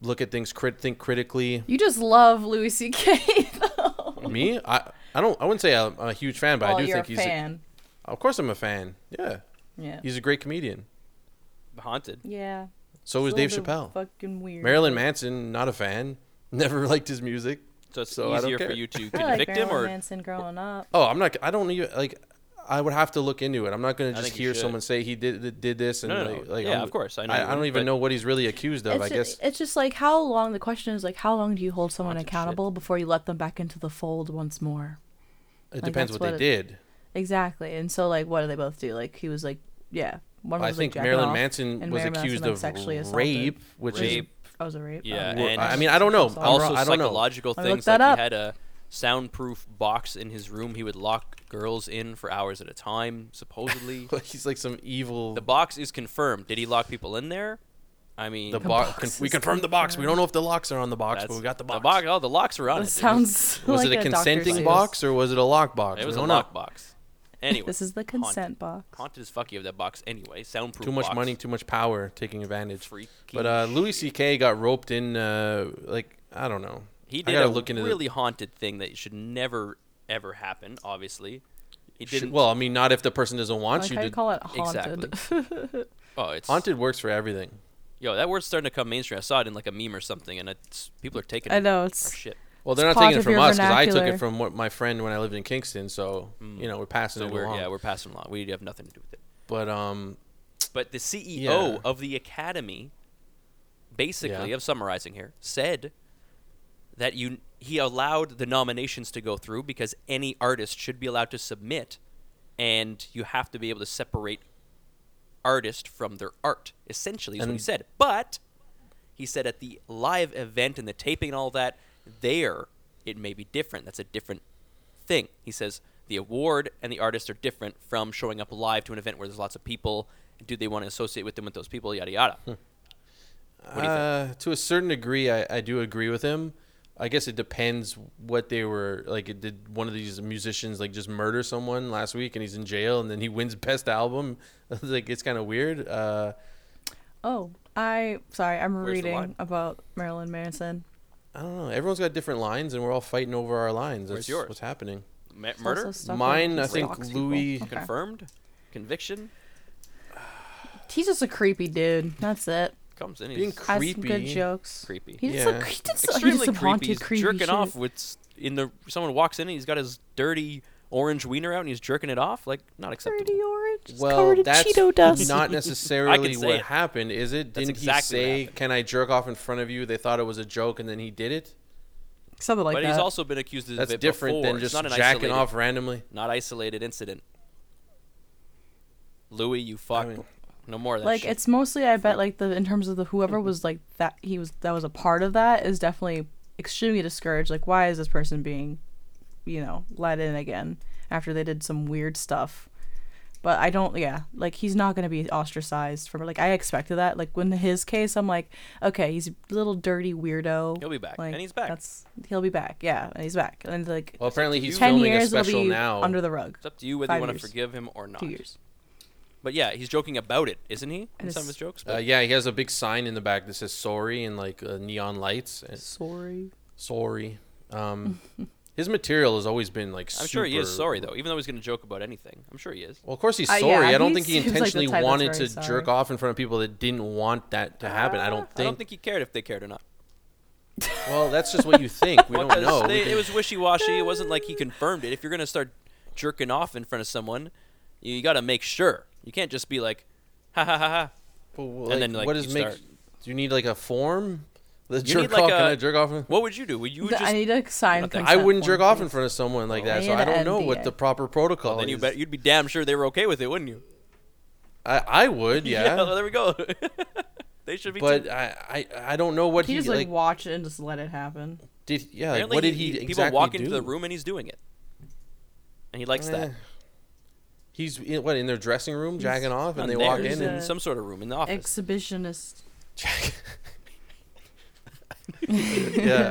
look at things, crit- think critically.
You just love Louis C.K. <laughs> though.
Me, I I don't I wouldn't say I'm a huge fan, but
well,
I do
Oh, you're
think
a
he's
fan.
of course I'm a fan. Yeah,
yeah.
he's a great comedian.
<laughs> haunted.
yeah.
So Oh, is
It's a
Dave
little bit
Chappelle.
Fucking weird.
Marilyn Manson, not a fan. <laughs> Never liked his music.
So it's
So I don't
easier for
care.
you to
<laughs> I like
convict him,
Marilyn
or
Manson growing up.
Oh, I'm not. I don't even like. I would have to look into it. I'm not going to just
think you
hear
should.
someone say he did did this and
No, no,
like,
no.
like,
Yeah,
I'm-
of course, I know you
I, don't
wouldn't,
even
but-
know what he's really accused of.
It's
I
ju-
guess
it's just like how long. The question is like how long do you hold someone
Haunted shit.
accountable before you let them back into the fold once more?
it depends
that's
what they
what
did.
Exactly. And so like what do they both do? Like he was like yeah. One was
I
like,
think
jacking
Marilyn
off,
Manson
and
was
Marilyn Manson,
accused
like,
of
sexually assaulted.
rape, which
rape.
Oh, was it rape?
Yeah,
Okay.
is.
and
I mean, I don't know.
Also
Also,
also
I don't know.
psychological
I
things
looked that
like
up.
he had a soundproof box in his room. He would lock girls in for hours at a time, supposedly.
<laughs> He's <laughs> like some evil.
The box is confirmed. Did he lock people in there? I mean,
The,
that's-
box.
box
we
is
confirmed the box. We don't know if the locks are on the box, but we got the box.
Oh, the locks are on it. It
That
<laughs> was-
sounds
Was
like
it a
Dr.
consenting
Seuss.
box or was it a lock box?
It was
We
a
don't know.
lock box. Anyway,
This is the
haunted-
consent box.
Haunted as fuck you have that box anyway. Soundproof.
Too much
box.
money, too much power, taking advantage.
Freaky
but uh, Louis C.K. got roped in. Uh, like I don't know.
He
I
did
gotta
a
look into the-
really haunted thing that should never ever happen. Obviously, he
Sh-
didn't.
well, I mean, not if the person doesn't want
Like
you
how
to.
you call it haunted.
oh, it's
Haunted works for everything.
Yo, that word's starting to come mainstream. I saw it in like a meme or something, and it's people are taking.
I
it.
know,
Our
it's-
shit.
Well,
It's
they're not taking
part
it
of
from
your
us because I took it
vernacular.
from what my friend when I lived in Kingston. So you know, we're passing
Mm. So
it
we're
along.
yeah, we're passing along. We have nothing to do with it.
but um,
But the CEO
Yeah.
of the academy, basically,
Yeah.
I'm summarizing here, said that you he allowed the nominations to go through because any artist should be allowed to submit, and you have to be able to separate artist from their art. Essentially, is what he
And-
said. But he said at the live event and the taping and all that, there it may be different. That's a different thing. He says the award and the artist are different from showing up live to an event where there's lots of people. Do they want to associate with them with those people? Yada yada.
Hmm.
do you think?
uh, to a certain degree, I, I do agree with him. I guess it depends what they were like. It did one of these musicians like just murder someone last week, and he's in jail, and then he wins <laughs> best album. like it's kind of weird. Uh,
<laughs> oh, I sorry, I'm
Where's the line?
reading about Marilyn Manson.
I don't know. Oh, Everyone's got different lines, and we're all fighting over our lines. That's
Where's yours?
what's happening.
Ma-
It's also
murder
stuff where
Mine,
he
I think
stalks
Louis-
people. Okay.
confirmed, conviction
He's just a creepy dude. That's it.
comes in.
Being
He's
Has some good
creepy.
jokes.
creepy.
He did
Yeah.
some, he did some, he did
extremely
some
creepy. He's
haunted, creepy
jerking
shit.
off with s- in the someone walks in and he's got his dirty orange wiener out and he's jerking it off. Like not acceptable.
Dirty orange, it's covered
Well,
in
that's
Cheeto
<laughs>
dust.
not
<laughs>
necessarily
say
what
it.
happened, is it?
That's
Didn't
exactly what
he say,
happened.
"Can I jerk off in front of you"? They thought it was a joke, and then he did it.
<laughs> Something like
but
that.
he's also been accused of
That's
it
different
before.
than
It's
just
not an
jacking
isolated,
off randomly.
Not isolated incident. Louis, you fuck.
mean-
no more of that
like
shit.
it's mostly I bet like the in terms of the
Mm-hmm.
whoever was like that he was that was a part of that is definitely extremely discouraged. Like why is this person being, you know, let in again after they did some weird stuff? But I don't yeah, like he's not gonna be ostracized from like I expected that. Like when his case I'm like, okay, he's a little dirty weirdo.
He'll be back.
Like,
And he's back.
That's he'll be back, yeah, and he's back. And like
Well, apparently he's
ten
filming a
years will
special
be
now.
under the rug.
It's up to you whether you
Five
want to
years.
forgive him or not.
Two years.
But yeah, he's joking about it, isn't he? In
And
some
it's-
of his jokes.
uh,
But
yeah, he has a big sign in the back that says "Sorry" and like uh, neon lights. And,
Sorry. <laughs>
sorry. Um, His material has always been like.
I'm sure he is
super-
sorry though, even though he's going to joke about anything. I'm sure he is.
Well, of course he's
Uh, yeah,
sorry. I don't
he
think he
seems like the
intentionally
type that's
wanted
very
to
sorry.
jerk off in front of people that didn't want that to happen. I don't think.
I don't think he cared if they cared or not.
Well, that's just what you
<laughs>
think. We don't
<laughs> Because
know. We
they-
can-
it was wishy washy. It wasn't like he confirmed it. If you're going to start jerking off in front of someone, you, got to make sure. You can't just be like, ha ha ha ha.
But, well,
And then, like,
what
you
does make?
start-
Do you need like a form? The
You need,
jerk
like,
off. Can
a-
I jerk off? in-
What would you do? Would you
Th-
just.
I need to sign.
Nothing.
I
consent
wouldn't
form,
jerk off
please.
in front of someone like that,
I
so
need
I don't
an
know what
NDA.
the proper protocol
then you
is.
bet, you'd be damn sure they were okay with it, wouldn't you? <laughs>
I, I would, yeah,
well, there we go. <laughs> they should be.
but
too.
I, I I don't know what
He
he,
just like,
like,
watched it and just let it happen.
did. Yeah, like,
Apparently
what did he, exactly
People walk
do?
into the room and he's doing it, and he likes that.
Eh. He's in, what in their dressing room jacking off,
Not
and they
there,
walk
he's
in
in
and
some sort of room in the office.
Exhibitionist.
<laughs> yeah,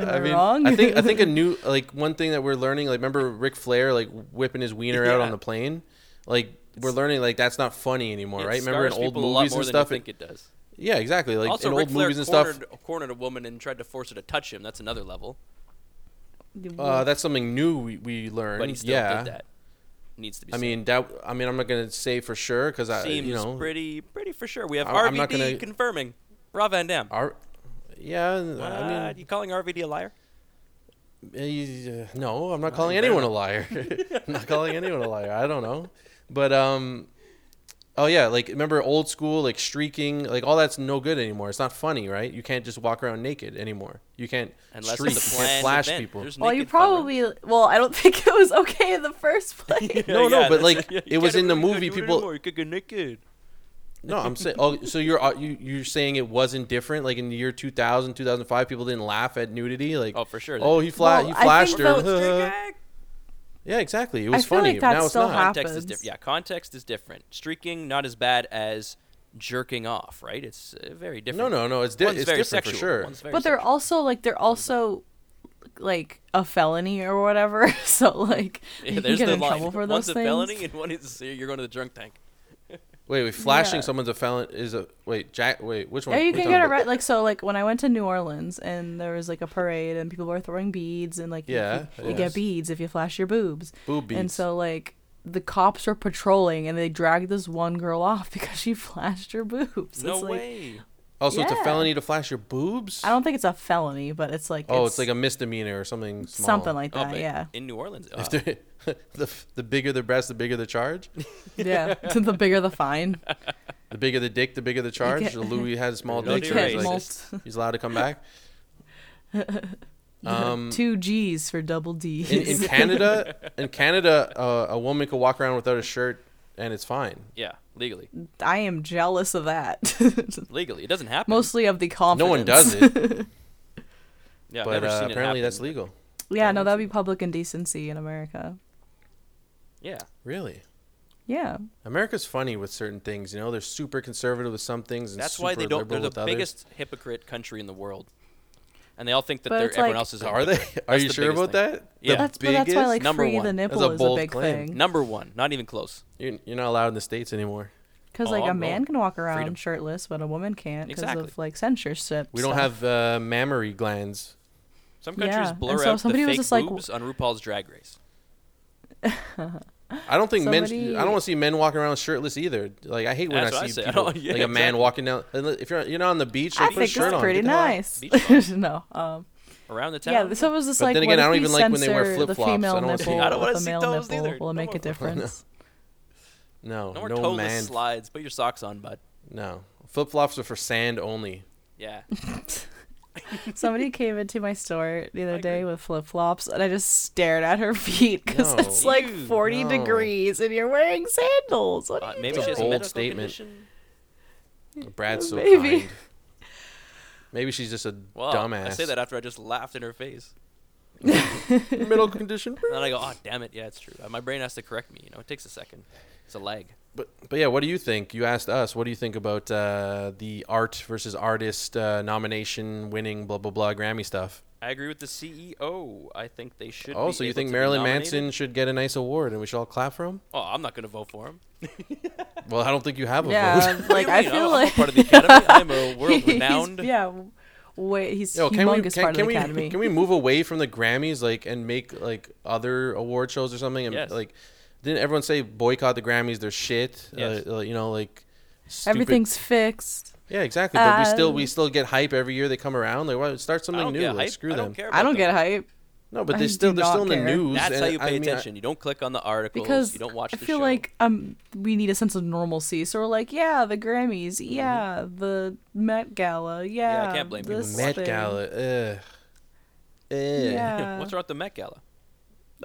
Am
I
I
mean,
wrong?
I think I
<laughs>
think a new like one thing that we're learning, like remember Ric Flair like whipping his wiener out
Yeah.
on the plane, like we're learning like that's not funny anymore,
It
right? Remember in
scars
old
people a lot
movies
more
and
than
stuff.
You
It,
think it does.
yeah, exactly. Like
also,
in
Ric
old
Flair
movies and
cornered,
stuff.
cornered a woman and tried to force her to touch him. That's another level.
Uh, that's something new we, we learned.
But he still
yeah.
did that. Needs to be.
I
said.
mean that. I mean, I'm not gonna say for sure because I,
seems
you know,
pretty, pretty for sure. We have
I- I'm
RVD
not gonna-
confirming. Rob Van Dam.
our, yeah.
What?
I mean,
you calling RVD a liar?
Eh, no, I'm not calling anyone a liar.
<laughs>
<laughs> I'm not calling anyone a liar. I don't know. But um oh yeah, like remember old school like streaking, like all that's no good anymore. It's not funny, right? You can't just walk around naked anymore. You can't
Unless
streak,
it's a
you can't
planned
flash
event.
people.
There's
Well, you
naked fun, right?
probably. Well, I don't <laughs> think it was okay in the
<laughs>
first place.
<laughs> No, no, but,
that's-
like,
<laughs> you
it was
can't
in the
really go
movie,
do it
people-
anymore. You could get naked.
No, I'm saying oh so you're uh, you you're saying it wasn't different like in the year 2000, 2005 people didn't laugh at nudity like
Oh, for sure.
Oh, he fla-
Well,
he
I
flashed
<laughs>
think
her. <laughs> yeah, exactly. It was
feel
funny.
like that
now it's
still
not.
hap-
context is
happens.
different. Yeah, context is different. Streaking not as bad as jerking off, right? It's uh, very
No,
different.
no, no. It's, di-
One's
it's
very
different
sexual.
for sure.
One's very
but they're
sexual.
also like they're also like a felony or whatever. <laughs> So like
<laughs> Yeah,
you can
there's
get
the
in
line.
trouble for
One's
those
a
things.
felony and one is you're going to the drunk tank.
Wait, wait, flashing
Yeah.
someone's a felon is a wait, Jack. Wait, which one?
Yeah, you
What
can
are
get
talking
arrested. Like so, like when I went to New Orleans and there was like a parade and people were throwing beads and like you-
Yeah,
you,
yes.
get beads if you flash your boobs.
Boob
And
beads.
so like the cops were patrolling and they dragged this one girl off <laughs> because she flashed her boobs.
No
It's, like, uh,
way.
about? Also, Oh, it's a
Yeah.
felony to flash your boobs.
I don't think it's a felony, but it's like
oh, it's, like a misdemeanor or something. Small.
something
<laughs>
like
Oh,
that.
but
yeah,
In New Orleans. uh,
If they're- the f- the bigger the breast, the bigger the charge.
yeah. <laughs> the bigger the fine.
The bigger the dick, the bigger the charge.
get-
So Louis had a
<laughs>
small
No,
You
dick, so
you're
can't
he's, like, <laughs>
multi-
he's allowed to come
<laughs>
back. <laughs> Um,
two G's for double D's.
in, in Canada, in Canada, uh, a woman could walk around without a shirt and it's fine.
yeah, legally.
<laughs> I am jealous of that. <laughs>
Legally. It doesn't happen.
Mostly of the confidence.
No one does
<laughs>
it,
yeah, I've
but
never
uh,
seen it
apparently
happen,
that's
but-
legal.
Yeah, no, that'd be public indecency in America.
Yeah.
Really.
Yeah.
America's funny with certain things, you know. They're super conservative with some things, and
That's
super
why they don't. They're
liberal
the
with others.
biggest hypocrite country in the world, and they all think that
But
they're
it's
everyone
like-
else is. a
Are they? <laughs>
hypocrite.
Are
That's
you
the
sure
biggest
about
thing.
that?
Yeah.
That's but that's why
biggest?
like
Number
free
one.
the
a
That's
nipple is a
bold
big
claim.
thing.
Number one, not even close.
You're, you're not allowed in the states anymore.
Because
Oh,
like
I'll
a man
roll.
can walk around
Freedom.
shirtless, but a woman can't because
Exactly.
of like censorship.
We don't
stuff.
have uh, mammary glands.
Some countries
Yeah,
blur
and so
out the
somebody
fake
was just like,
boobs on RuPaul's Drag Race.
I don't think men.
Somebody-
I don't want to see men walking around shirtless either. Like I hate when
That's
I
what I
see
<laughs> say. I
people,
don't- yeah,
like a man
exactly.
walking down. and If you're you're not on the beach,
I
like, put a
think
shirt
it's
on.
pretty
Get the hell out.
nice.
Beach ball.
<laughs> no. Um.
Around the town.
Yeah. So it was just
But
like.
then
what
again, I
if
don't
we
even like when they wear
censor the
flip-flops. I
female
don't wanna see-
nipple
I don't wanna
with the
see
male
toes
nipple.
either.
Will
No
it make a
<laughs>
more-
difference?
No,
no
no,
more toeless
man.
slides. Put your socks on, bud.
No, flip flops are for sand only.
<laughs>
Yeah.
Somebody came into my store the
I
other
agree.
day with flip flops, and I just stared at her <laughs> feet because
No.
it's like
Ew,
40
no.
degrees and you're wearing sandals. What
Uh,
are you
maybe
doing?
she has a
bold
medical
statement.
condition.
<laughs>
Brad's so
Maybe.
kind. Maybe she's just a
Wow.
dumbass.
I say
<laughs>
that after I just laughed in her face.
middle condition.
And then I go, oh, damn it. Yeah, it's true. Uh, My brain has to correct me. You know, it takes a second. It's a lag.
But but yeah, what do you think? You asked us. What do you think about uh, the art versus artist uh, nomination winning blah blah blah Grammy stuff?
I agree with the CEO. I think they should.
Oh,
be
so you
able
think
to be
Marilyn
nominated.
Manson should get a nice award and we should all clap for
<laughs>
him?
Oh, I'm not going to vote for him.
Well, <laughs> I don't think you have a vote.
Yeah,
What do
like
you
I
mean?
feel
I'm,
like
I'm a part of the academy. I'm a world
<laughs> He's-
renowned.
yeah. way
<laughs>
he's
Yo, can we
humongous
can,
part
can
of the
we
academy.
can we move away from the Grammys like and make like other award shows or something? And
Yes.
like, didn't everyone say boycott the Grammys? They're shit.
Yes.
Uh, uh, you know, like stupid-
Everything's fixed.
Yeah, exactly. But we still we
Um,
still get hype every year they come around. Like, why start
I
something
don't
new?
get
like,
hype.
screw
I
them.
don't care.
I don't
about
get
them.
hype
No, but
I
they
do
still they're
not
still in the
care.
news.
That's
and
how you pay
I mean, I-
attention. you don't click on the articles.
because
you don't watch
I
the
feel
show.
like um we need a sense of normalcy. So we're like, yeah, the Grammys, yeah, the Met Gala, yeah,
Mm-hmm. can't blame people.
this
Met
thing.
Gala. Ugh. Ugh.
<laughs>
Yeah,
What's wrong with the Met Gala?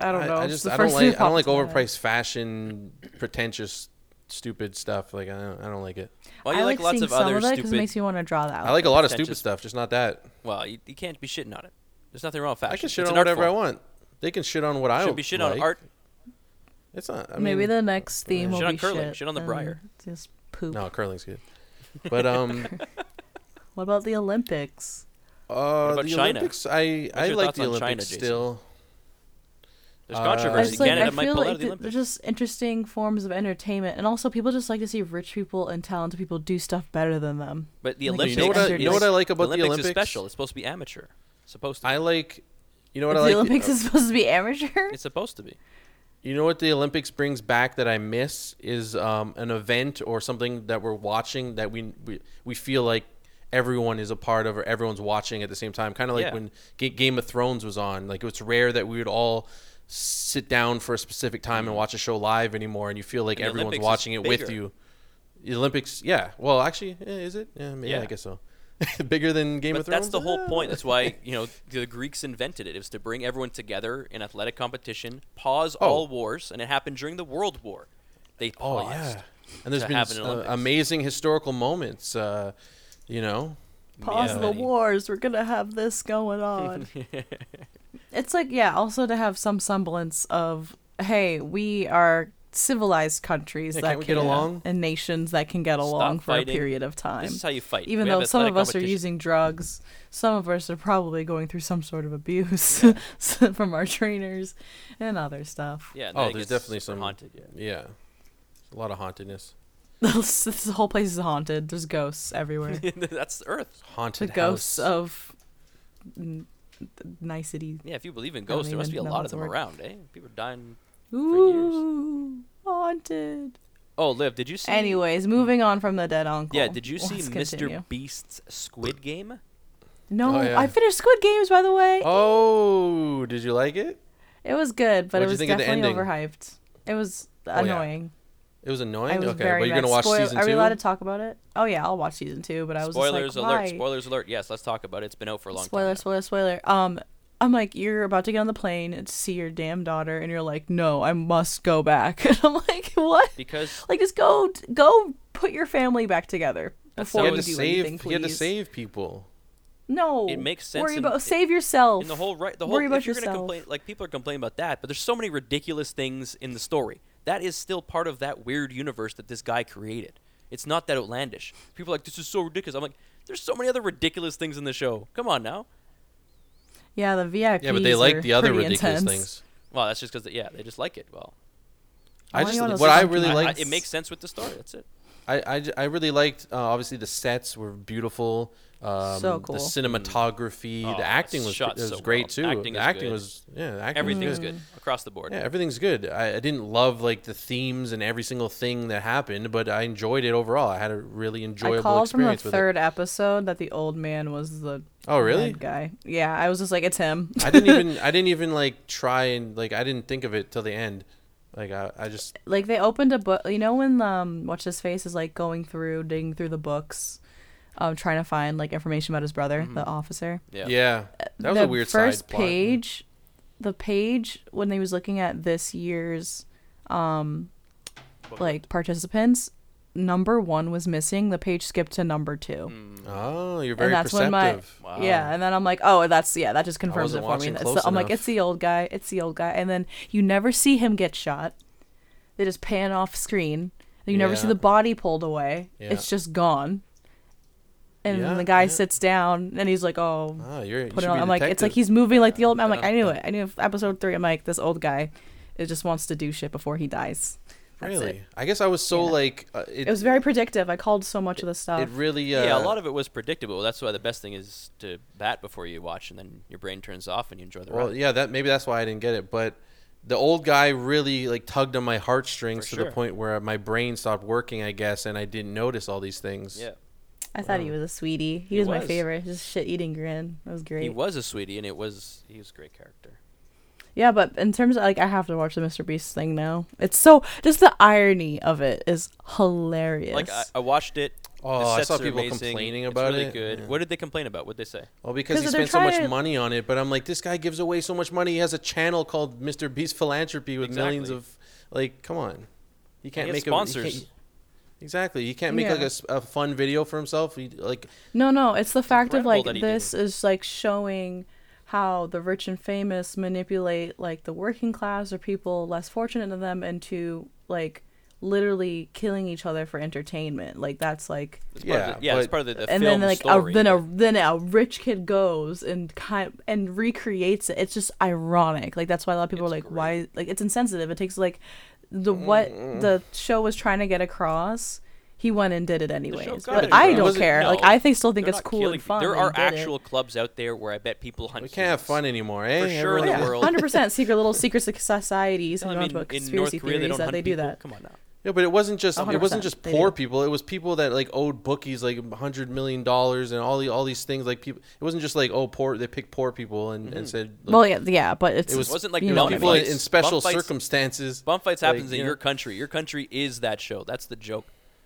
I don't know.
I,
it's
just
the
I don't
first thing
like I don't like
that popped into my head.
overpriced fashion, pretentious, stupid stuff. Like I don't, I don't like it.
Well, you
I
like, lots
seeing
of
some
other
of that 'cause
stupid.
it makes me want to draw that.
I like a lot of stupid
pretentious-
stuff, just not that.
well, you, you can't be shitting on it. There's nothing wrong with fashion.
I can shit
it's
on
an art
whatever I
form.
want. They can shit on what I
Should be shit on
like.
art.
It's not. I
Maybe
mean,
the next theme
Shit
will
on
be
curling,
shit.
shit on the
and
briar.
Just poop.
no curling's
<laughs>
good. But um,
What about the Olympics?
uh,
about
the
China?
Olympics. I I
your
like
thoughts
the
on China,
Olympics
Jason?
still.
There's
Uh,
I
controversy.
just like
Canada
I
might
feel
pull out
like
of the
th- they're
Olympics.
just interesting forms of entertainment, and also people just like to see rich people and talented people do stuff better than them.
But the
Like,
Olympics,
You know what I,
Olympics
you know what I like about the
Olympics,
Olympics?
is special. It's supposed to be amateur. It's supposed to. Be.
I like. You know what
If
I
the
like?
Olympics is supposed to be amateur.
It's supposed to be.
You know what the Olympics brings back that I miss is um, an event or something that we're watching that we we, we feel like everyone is a part of or everyone's watching at the same time. Kind of like
Yeah.
when Ga- Game of Thrones was on. Like it's rare that we would all sit down for a specific time and watch a show live anymore, and you feel like
Mm. And the
everyone's
Olympics is
watching it with
bigger.
you. The Olympics, yeah. Well, actually, eh, is it? Yeah, maybe, yeah.
Yeah.
I guess so. <laughs> Bigger than Game of
But
Thrones.
that's the whole
Eh.
point.
<laughs>
That's why you know the Greeks invented it. It was to bring everyone together in athletic competition, pause
Oh.
all wars, and it happened during the World War. They
Oh
paused.
yeah, and there's
to
been
have an
uh,
Olympics.
amazing historical moments. Uh, you know,
<laughs> Pause
Yeah.
the wars. We're gonna have
<laughs>
this going on. it's like yeah. Also to have some semblance of hey, we are civilized countries
Yeah,
that
can't we get along?
and nations that can get along for
fighting.
a period of time.
This is how you fight.
Even
We have
though some of
athletic
us are
competition.
using drugs, some of us are probably going through some sort of abuse <laughs> from our trainers and other stuff.
Yeah. and
Oh,
then it
there's
gets
definitely
super
some-
haunted. <laughs> Yeah.
yeah, a lot of hauntedness,
<laughs> this this whole place is haunted. There's
<laughs>
ghosts everywhere.
That's Earth.
the
haunted
ghosts
house.
of n- nicety.
Yeah, if you believe in
don't
ghosts, there must be a
even know
lot
how
of
to
them
work.
around, eh? People are dying. years.
Ooh, haunted.
Oh, Liv, did you see?
Anyways, moving on from the dead uncle.
Yeah, did you see Oh,
Let's
Mr.
continue.
Beast's Squid Game?
No,
Oh, yeah.
I finished Squid Games by the way.
oh, did you like it?
It was good, but
What'd
it
you
was
think of the
definitely
ending?
overhyped. It was
Oh,
yeah.
annoying.
It was
I
annoying.
was
okay,
very
but you're
mad.
gonna watch
Spoil-
season
Are we
two.
allowed to talk about it? Oh yeah, I'll watch season two. But I was
Spoilers
just like,
alert!
Why?
Spoilers alert! Yes, let's talk about it. It's been out for a long
spoiler,
time.
spoiler, spoiler. Um, I'm like, you're about to get on the plane and see your damn daughter, and you're like, no, I must go back. <laughs> And I'm like, what?
Because
Like, just go, go, put your family back together
That's
before
You
how it
you
had to
do
save.
anything. Please.
you had to save people.
No,
It makes sense
Worry
in-
about save yourself.
in the whole right, the whole
worry about
if you're
yourself.
gonna complain, like people are complaining about that, but there's so many ridiculous things in the story. That is still part of that weird universe that this guy created. It's not that outlandish. People are like this is so ridiculous. I'm like, there's so many other ridiculous things in the show. Come on now.
Yeah, the VIP.
Yeah, but they like the other ridiculous
intense.
things.
Well, that's just because yeah, they just like it. Well,
I
I
wanna
just
go to
what I
Squid
really
Game.
I- I-
liked.
it makes sense with the story. That's it.
I, I, j- I really liked uh, obviously the sets were beautiful. Um,
So cool.
The cinematography,
Mm. Oh,
the acting was
shot
was
so
great
well.
too.
Acting
the
is
acting
good.
was yeah, the acting
Everything's
was
good across the board.
Yeah, everything's good. I, I didn't love like the themes and every single thing that happened, but I enjoyed it overall. I had a really
I
enjoyable
called from the
experience with
third episode that the old man was the
it. Oh really?
dead guy. Yeah, I was just like, it's him. <laughs>
I didn't even I didn't even like try and like I didn't think of it till the end. Like I, I just
like they opened a book you know when um what's his face is like going through digging through the books um trying to find like information about his brother the officer
yeah.
Yeah.
Mm-hmm. That was
Uh, the
a weird
first
side plot. Mm.
page the page when they was looking at this year's um,
Booklet.
like participants number one was missing the page skipped to number two
Oh, you're very
that's when
perceptive.
my-
Wow.
Yeah, and then I'm like, oh, that's yeah, that just confirms it
wasn't
for me.
watching
It's
close
the- I'm like,
enough.
it's the old guy, it's the old guy, and then you never see him get shot. They just pan off screen. You never see
Yeah.
the body pulled away.
Yeah.
It's just gone. And
Yeah,
then the guy
yeah.
sits down, and he's like, oh,
Oh, you're you should
put it
be
on.
a
I'm like, it's
detective.
like he's moving like the old. I'm like,
Yeah.
I knew it. I knew episode three. I'm like, this old guy, it just wants to do shit before he dies. That's
really?
It.
I guess I was so
Yeah.
like uh, it,
it was very predictive. I called so much of the stuff.
it really uh,
Yeah. a lot of it was predictable. That's why the best thing is to bat before you watch, and then your brain turns off and you enjoy the
Well,
ride.
yeah, that maybe that's why I didn't get it, but the old guy really like tugged on my heartstrings
For
to
sure.
the point where my brain stopped working, I guess, and I didn't notice all these things.
Yeah.
I thought he was a sweetie. He,
Um, He
was, my
was.
favorite. His shit eating grin. That was great.
He was a sweetie, and it was he was a great character.
Yeah, but in terms of like, I have to watch the Mr. Beast thing now. It's so just the irony of it is hilarious.
Like I, I watched it.
Oh,
the
I
sets
saw
are
people
amazing,
complaining
it's
about
really
it.
Good.
Yeah.
What did they complain about? What would they say?
Well, because he
Because they're
spent so much
trying-
money on it, but I'm like, this guy gives away so much money. He has a channel called Mr. Beast Philanthropy with millions
Exactly.
of, like, come on, you can't
He has
make A,
sponsors.
he can't- exactly, you can't make
Yeah.
like a s- a, fun video for himself. He, like,
no, no, it's the fact of
incredible
like
that he
this is like showing how the rich and famous manipulate like the working class or people less fortunate than them into like literally killing each other for entertainment. Like that's like
It's part of
Yeah,
the- yeah, it's
but-
part of the, the
and
film
then like
story.
a then a then a rich kid goes and kind and recreates it. It's just ironic. Like that's why a lot of people
It's
are like, why? Like it's insensitive. It takes like the what the show was trying to get across. He went and did it anyways.
got
But
it
I
across.
don't
Wasn't-
care.
No,
like I think still think
they're
it's
not
cool
killing
and
pe-
fun.
There
that
are
he did it.
actual clubs out there where I bet people hunt.
we can't have
humans.
fun anymore, eh?
sure in the
Everyone-
world.
Oh, yeah,
<laughs>
hundred percent secret little secret soc- societies
No,
and
I
you
mean,
know about
in North
conspiracy
Korea, they
theories
don't
that
hunt
they do
people.
that.
Come on now.
Yeah, but it wasn't just it
100%,
wasn't just
they
poor
do.
people. It was people that like owed bookies like hundred million dollars and all the, all these things. Like people, it wasn't just like oh poor. They picked poor people and,
Mm-hmm.
and said like,
Well, yeah, yeah, but it's,
It was-
wasn't like
you
the
know
Bump
what I
people
mean.
in,
fights-
in special
bump fights-
circumstances.
Bump fights
Like,
happens in
you know-
your country. Your country is that show. That's the joke.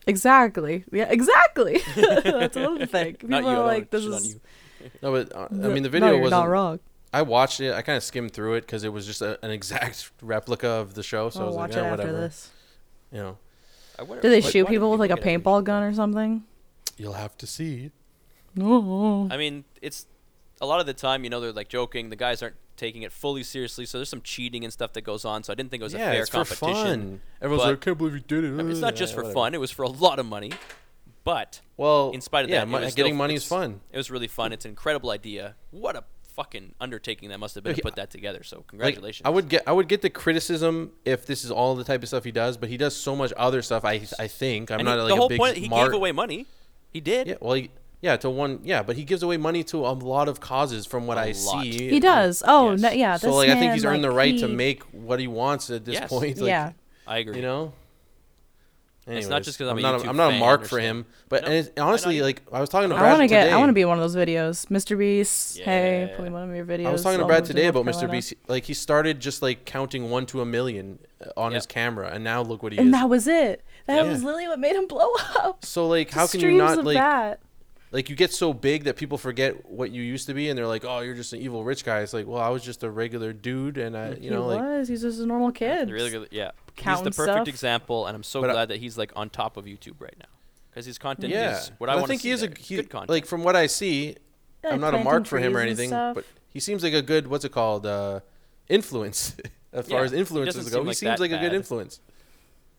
Exactly. Yeah,
<laughs>
exactly. <laughs> That's another thing. People
Not you. I
are
don't
like,
wanna
this
shit
is
on you.
No, but uh, I
No-
mean the video
no, you're
wasn't.
not wrong.
I watched it. I kind of skimmed through it because it was just a, an exact <laughs> replica of the show. So I
I'll
was
watch
like,
it
eh,
after
whatever.
this.
You know,
I wonder-
Do they
like,
shoot
why do
people with like a
get everything?
paintball gun or something?
you'll have to see.
No.
I mean, it's a lot of the time, you know, they're like joking. The guys aren't taking it fully seriously, so there's some cheating and stuff that goes on. So I didn't think it was a
Yeah,
fair
it's for
competition.
fun. Everyone's
but-
like, I can't believe you did it.
I mean, it's not just
Yeah,
for
Mm, whatever.
fun; it was for a lot of money. But
Well,
in spite of
yeah,
that, it
mon-
was still-
getting money is
it's-
fun.
It was really fun. It's an incredible idea. What a fucking undertaking that must have been to
Like,
put that together. So
Like,
congratulations.
I would get I would get the criticism if this is all the type of stuff he does, but he does so much other stuff. I I think I'm
And he-
not like
the whole
a big
point. He
mar-
gave away money. He did.
Yeah, well, he, yeah, to one, yeah, but he gives away money to a lot of causes, from what
A
I
lot.
see.
he does. Oh,
Yes.
no, yeah.
So
this
like, I think
man,
he's earned
like,
the right to
he-
make what he wants at this
Yes.
point. Like,
Yeah.
I agree.
you know.
It's not just 'cause I'm a
not
YouTube
I'm not
fan,
a
I
mark for
understand.
him, but
No,
and it's,
I know
honestly,
you-
like I was talking to Brad
I want to get.
today.
I want to be in one of those videos, Mr. Beast. Hey,
Yeah.
put me in one of your videos.
I was talking to
I'll
Brad
move
today
North
about Mr.
Carolina.
Beast. Like he started just like counting one to a million uh, on
Yep.
his camera, and now look what he is.
And that was it. That
Yeah.
was literally what made him blow <laughs> up.
So like, how can you
Streams
not
of
like
that.
like you get so big that people forget what you used to be, and they're like, oh, you're just an evil rich guy. It's like, well, I was just a regular dude, and I, you know,
he
like
was. He's just a normal kid.
They're really good. Yeah, he's
Counting
the perfect
stuff.
example, and I'm so
But I-
glad that he's like on top of YouTube right now because his content
yeah.
is what
And
I, want
think
to see.
he is
there.
a he,
good content.
like from what I see.
Yeah,
I'm not a
planting
mark for him or
trees and
anything,
stuff.
but he seems like a good what's it called uh, influence <laughs> as
Yeah,
far as
he
influences
doesn't
go.
seem
He
like
seems
that
like a good
bad.
influence.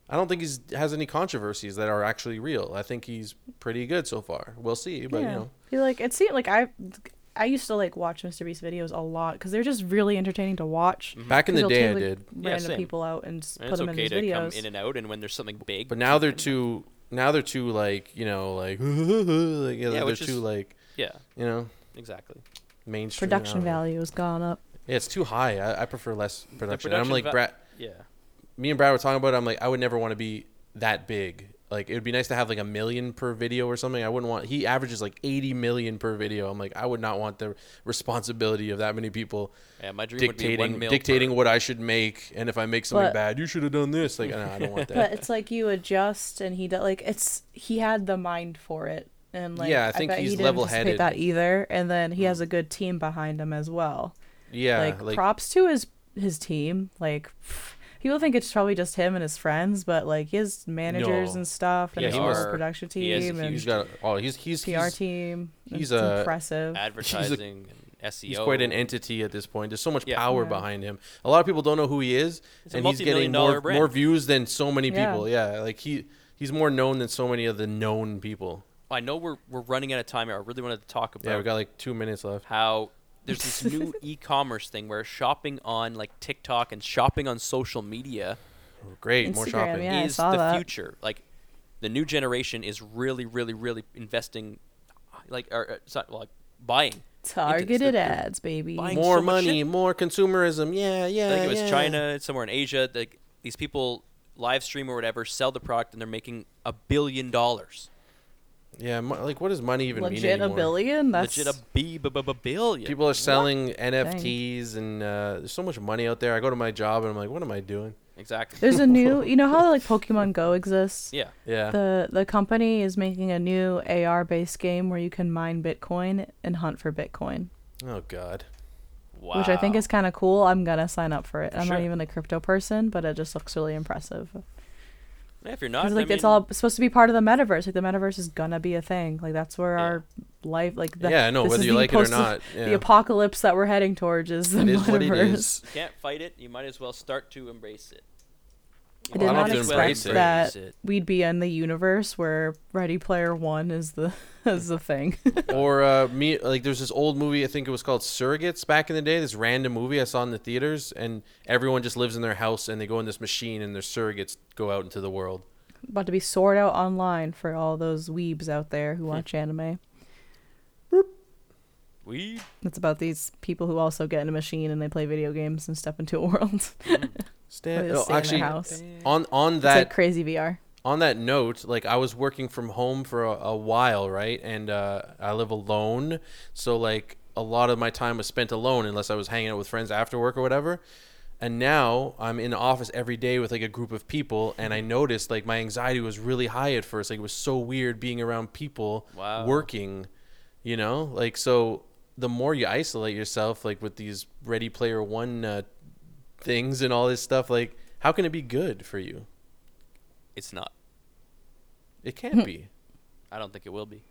I don't think he's has any controversies that are actually real. I think he's pretty good so far. We'll see, but you know.
He like it seemed like I I used to like watch Mr. Beast videos a lot because they're just really entertaining to watch.
Back in
'Cause
the
he'll
day, I
take, like,
did,
Yeah,
Random
same.
people out and s-
and
put
it's
them
okay
in
to
his
come
videos.
in and out, and when there's something big.
but now they're too. Now they're too like you know like <laughs> like yeah, they're
which
too
is-
like
yeah,
you know
exactly.
mainstream I
Production
don't know.
value has gone up.
Yeah, it's too high. I, I prefer less production. And I'm
production
like
va-
Brad.
Yeah,
Me and Brad were talking about. it. I'm like I would never want to be that big. Like it would be nice to have like a million per video or something. I wouldn't want. He averages like 80 million per video. I'm like I would not want the responsibility of that many people
yeah. My dream would be one
dictating
mil
dictating
per-
what I should make. And if I make something
But-
bad, you should have done this. Like no, I
<laughs>
don't want
But
that.
it's like you adjust, and he does like it's he had the mind for it, and like
Yeah, I think
bet
he's
he didn't
level-headed.
anticipate that either. And then he has a good team behind him as well.
yeah,
like,
like,
props to his his team. Like pff, people think it's probably just him and his friends, but like his managers
No.
and stuff, and
Yeah,
his
he
whole
was-
production
he has a
team and
he's got. Oh, he's he's
PR
he's,
team.
he's
He's
a-
impressive.
advertising and E
<laughs>
SEO.
he's quite an entity at this point. There's so much
Yeah.
power
Yeah.
behind him. A lot of people don't know who he is,
It's a
and he's getting
multi-million dollar
more
brand.
more views than so many
Yeah.
people. Yeah, like he he's more known than so many of the known people.
I know we're we're running out of time here. I really wanted to talk about
Yeah, we got like two minutes left.
how there's this
<laughs>
new e-commerce thing where shopping on like TikTok and shopping on social media
Oh, Great, more
Instagram,
shopping.
Yeah, I
is
saw
the
that.
future. Like the new generation is really, really, really investing, like or, or, so- like buying
Targeted
they're
ads, baby.
buying
More
so much
money,
shit.
more consumerism. Yeah, yeah.
I think it was
yeah.
China, somewhere in Asia. Like these people live stream or whatever, sell the product, and they're making a billion dollars.
Yeah, mo- like what does money even mean
Legit a
anymore?
billion? That's
Legit a b b b b billion.
People are selling NFTs and uh, there's so much money out there. I go to my job and I'm like, what am I doing?
exactly.
There's
<laughs>
a new, you know how like Pokemon Go exists?
yeah,
Yeah.
The the company is making a new AR based game where you can mine Bitcoin and hunt for Bitcoin,
oh God.
wow.
which I think is kind of cool. I'm gonna sign up for it. I'm
Sure.
not even a crypto person, but it just looks really impressive.
Yeah, if you're not,
Because like
I
it's
mean,
all supposed to be part of the metaverse. Like the metaverse is gonna be a thing. Like that's where
Yeah.
our life, like the,
yeah, I know
this
whether
is
you
the
like it or
post-
not.
the
Yeah.
apocalypse that we're heading towards is the
it
metaverse.
is what it is.
you can't fight it. You might as well start to embrace it. You
I
Well,
did
I
might
not
don't
as
expect
well
embrace it.
that
embrace it.
we'd be in the universe where Ready Player One is the <laughs> is the thing. <laughs>
or uh, me like there's this old movie i think it was called surrogates back in the day this random movie i saw in the theaters and everyone just lives in their house and they go in this machine and their surrogates go out into the world
About to be sold out online for all those weebs out there who watch anime.
We
It's about these people who also get in a machine and they play video games and step into a <laughs> world.
Stan-
Or
oh,
just stay in their
actually
house.
on on
it's like
that
crazy VR.
on that note like i was working from home for a, a while right and uh, i live alone so like a lot of my time was spent alone unless i was hanging out with friends after work or whatever and now i'm in the office every day with like a group of people and i noticed like my anxiety was really high at first like it was so weird being around people
Wow.
working you know like so the more you isolate yourself like with these ready player one uh, things and all this stuff like how can it be good for you
it's not.
it can't be
I don't think it will be.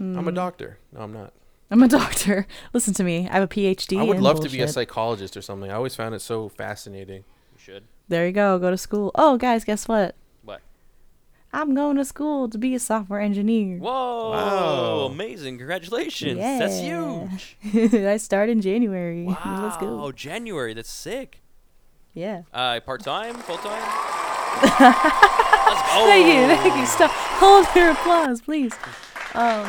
I'm a
Mm.
doctor. No, I'm not.
I'm a doctor. <laughs> Listen to me. I have a PhD.
I would
in
love to be a
bullshit.
psychologist or something. I always found it so fascinating.
We should.
There you go. Go to school. Oh, guys, guess what?
What?
I'm going to school to be a software engineer.
Whoa!
Wow.
Amazing! Congratulations. That's
Yeah.
huge.
<laughs> I start in January.
Wow!
<laughs> Let's go.
January. That's sick.
Yeah.
Uh, part time, full time.
<laughs> Thank you, thank you. Stop. Hold your applause, please. Um,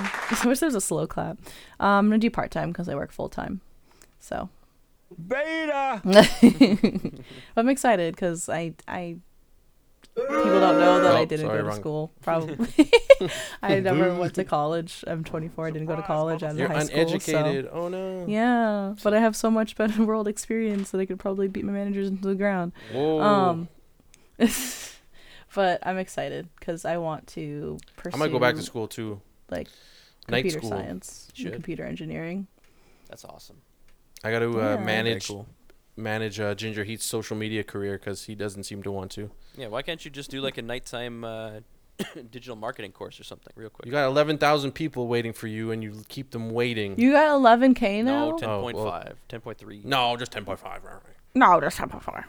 <laughs> I wish there was a slow clap. Um, I'm gonna do part time because I work full time. So <laughs>
Beta.
I'm excited because I I people don't know that
Oh,
I didn't
sorry,
go to
wrong. <laughs>
school. Probably I never went to college. I'm 24. I didn't go to college. I was
You're
in high school. so-
uneducated. Oh no.
Yeah, but I have so much better <laughs> world experience that I could probably beat my managers into the ground.
Whoa.
Um, <laughs> but I'm excited because I want to pursue.
I might go back to school too.
like
Night
computer
school.
science, and
Should.
computer engineering.
That's awesome.
I got to uh,
Yeah.
manage manage uh, Ginger Heat's social media career because he doesn't seem to want to.
Yeah. Why can't you just do like a nighttime uh, <coughs> digital marketing course or something, real quick?
You got eleven thousand people waiting for you, and you keep them waiting.
You got 11k now.
no, ten
Oh,
point
well-
five, ten point three.
no, just ten point five.
No, that's not before.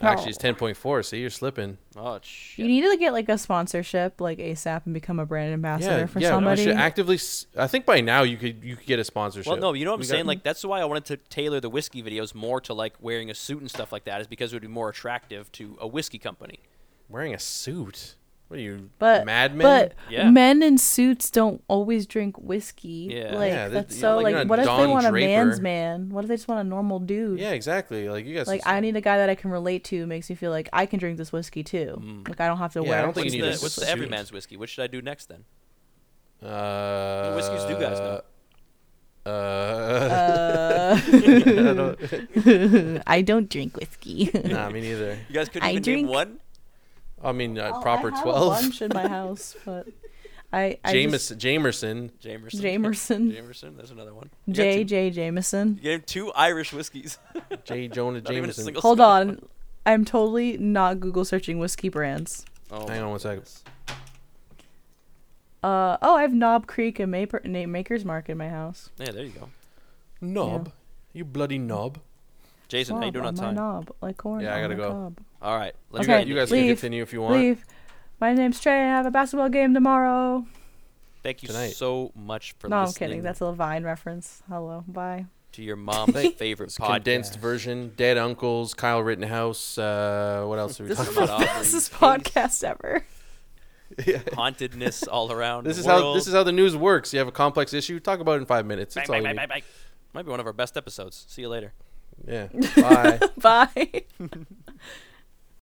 Actually, it's ten point four. See, you're slipping.
Oh
You
shit.
need to get like a sponsorship, like ASAP, and become a brand ambassador
yeah,
for
yeah. We
somebody.
should actively. S- I think by now you could you could get a sponsorship.
well, no, you know what I'm
We got-
saying. Like that's why I wanted to tailor the whiskey videos more to like wearing a suit and stuff like that, is because it would be more attractive to a whiskey company.
wearing a suit. What are you,
but
madman?
but
Yeah.
men in suits don't always drink whiskey.
Yeah.
like
Yeah, they-
that's
yeah,
so
like,
like,
you're not
what if they
Don
want a man's
Draper.
man? What if they just want a normal dude?
Yeah, exactly. Like you guys.
Like I need a guy that I can relate to. Makes me feel like I can drink this whiskey too. Like I don't have to
Mm. Yeah,
wear.
I don't think
What's
you
the,
need a
what's the
suit.
everyman's whiskey? What should I do next then?
Uh,
Whiskeys do guys know.
Uh,
Uh,
<laughs>
<laughs> I don't
<laughs>
drink whiskey. <laughs>
nah, me neither.
You guys couldn't
I
even name
drink-
one.
I mean, uh,
Well,
proper
Oh, I have
<laughs>
A
twelve.
bunch in
<laughs>
my house, but I, I
James
just-
Jamerson.
Jamerson.
Jamerson.
Jamerson. There's another one. You got
J
two-
J Jameson.
You gave him two Irish whiskeys. <laughs>
J. Jonah
Not even a
Jameson.
single
Hold
Scottish
on, I'm totally not Google searching whiskey brands.
one. Oh,
Hang
my
on one second.
goodness.
Uh oh, I have Knob Creek and Maper- Na- Maker's Mark in my house.
Yeah, there you go.
Knob. You bloody knob.
Jason, how you
Knob
doing on
Oh, my
time?
knob, like corn.
Yeah, I
on
gotta
the
go.
cob.
All right. Let's
Okay.
end
You
it.
guys can
Leave.
continue if you want.
Leave. My name's Trey. I have a basketball game tomorrow.
Thank you
Tonight.
so much for
no, I'm
listening.
kidding. That's a Vine reference. Hello, bye.
to your mom's favorite podcast.
condensed version. Dead Uncles, Kyle Rittenhouse. Uh, what else are we
<laughs> This
talking
is
talk
the
about?
about Aubrey
bestest
Hayes?
podcast ever. <laughs>
Yeah.
hauntedness all around.
This is
the world.
how this is how the news works. You have a complex issue, talk about it in five minutes. That's all
Bang,
you
bang,
need.
bang, bang, bang. Might be one of our best episodes. See you later.
Yeah. Bye.
Bye.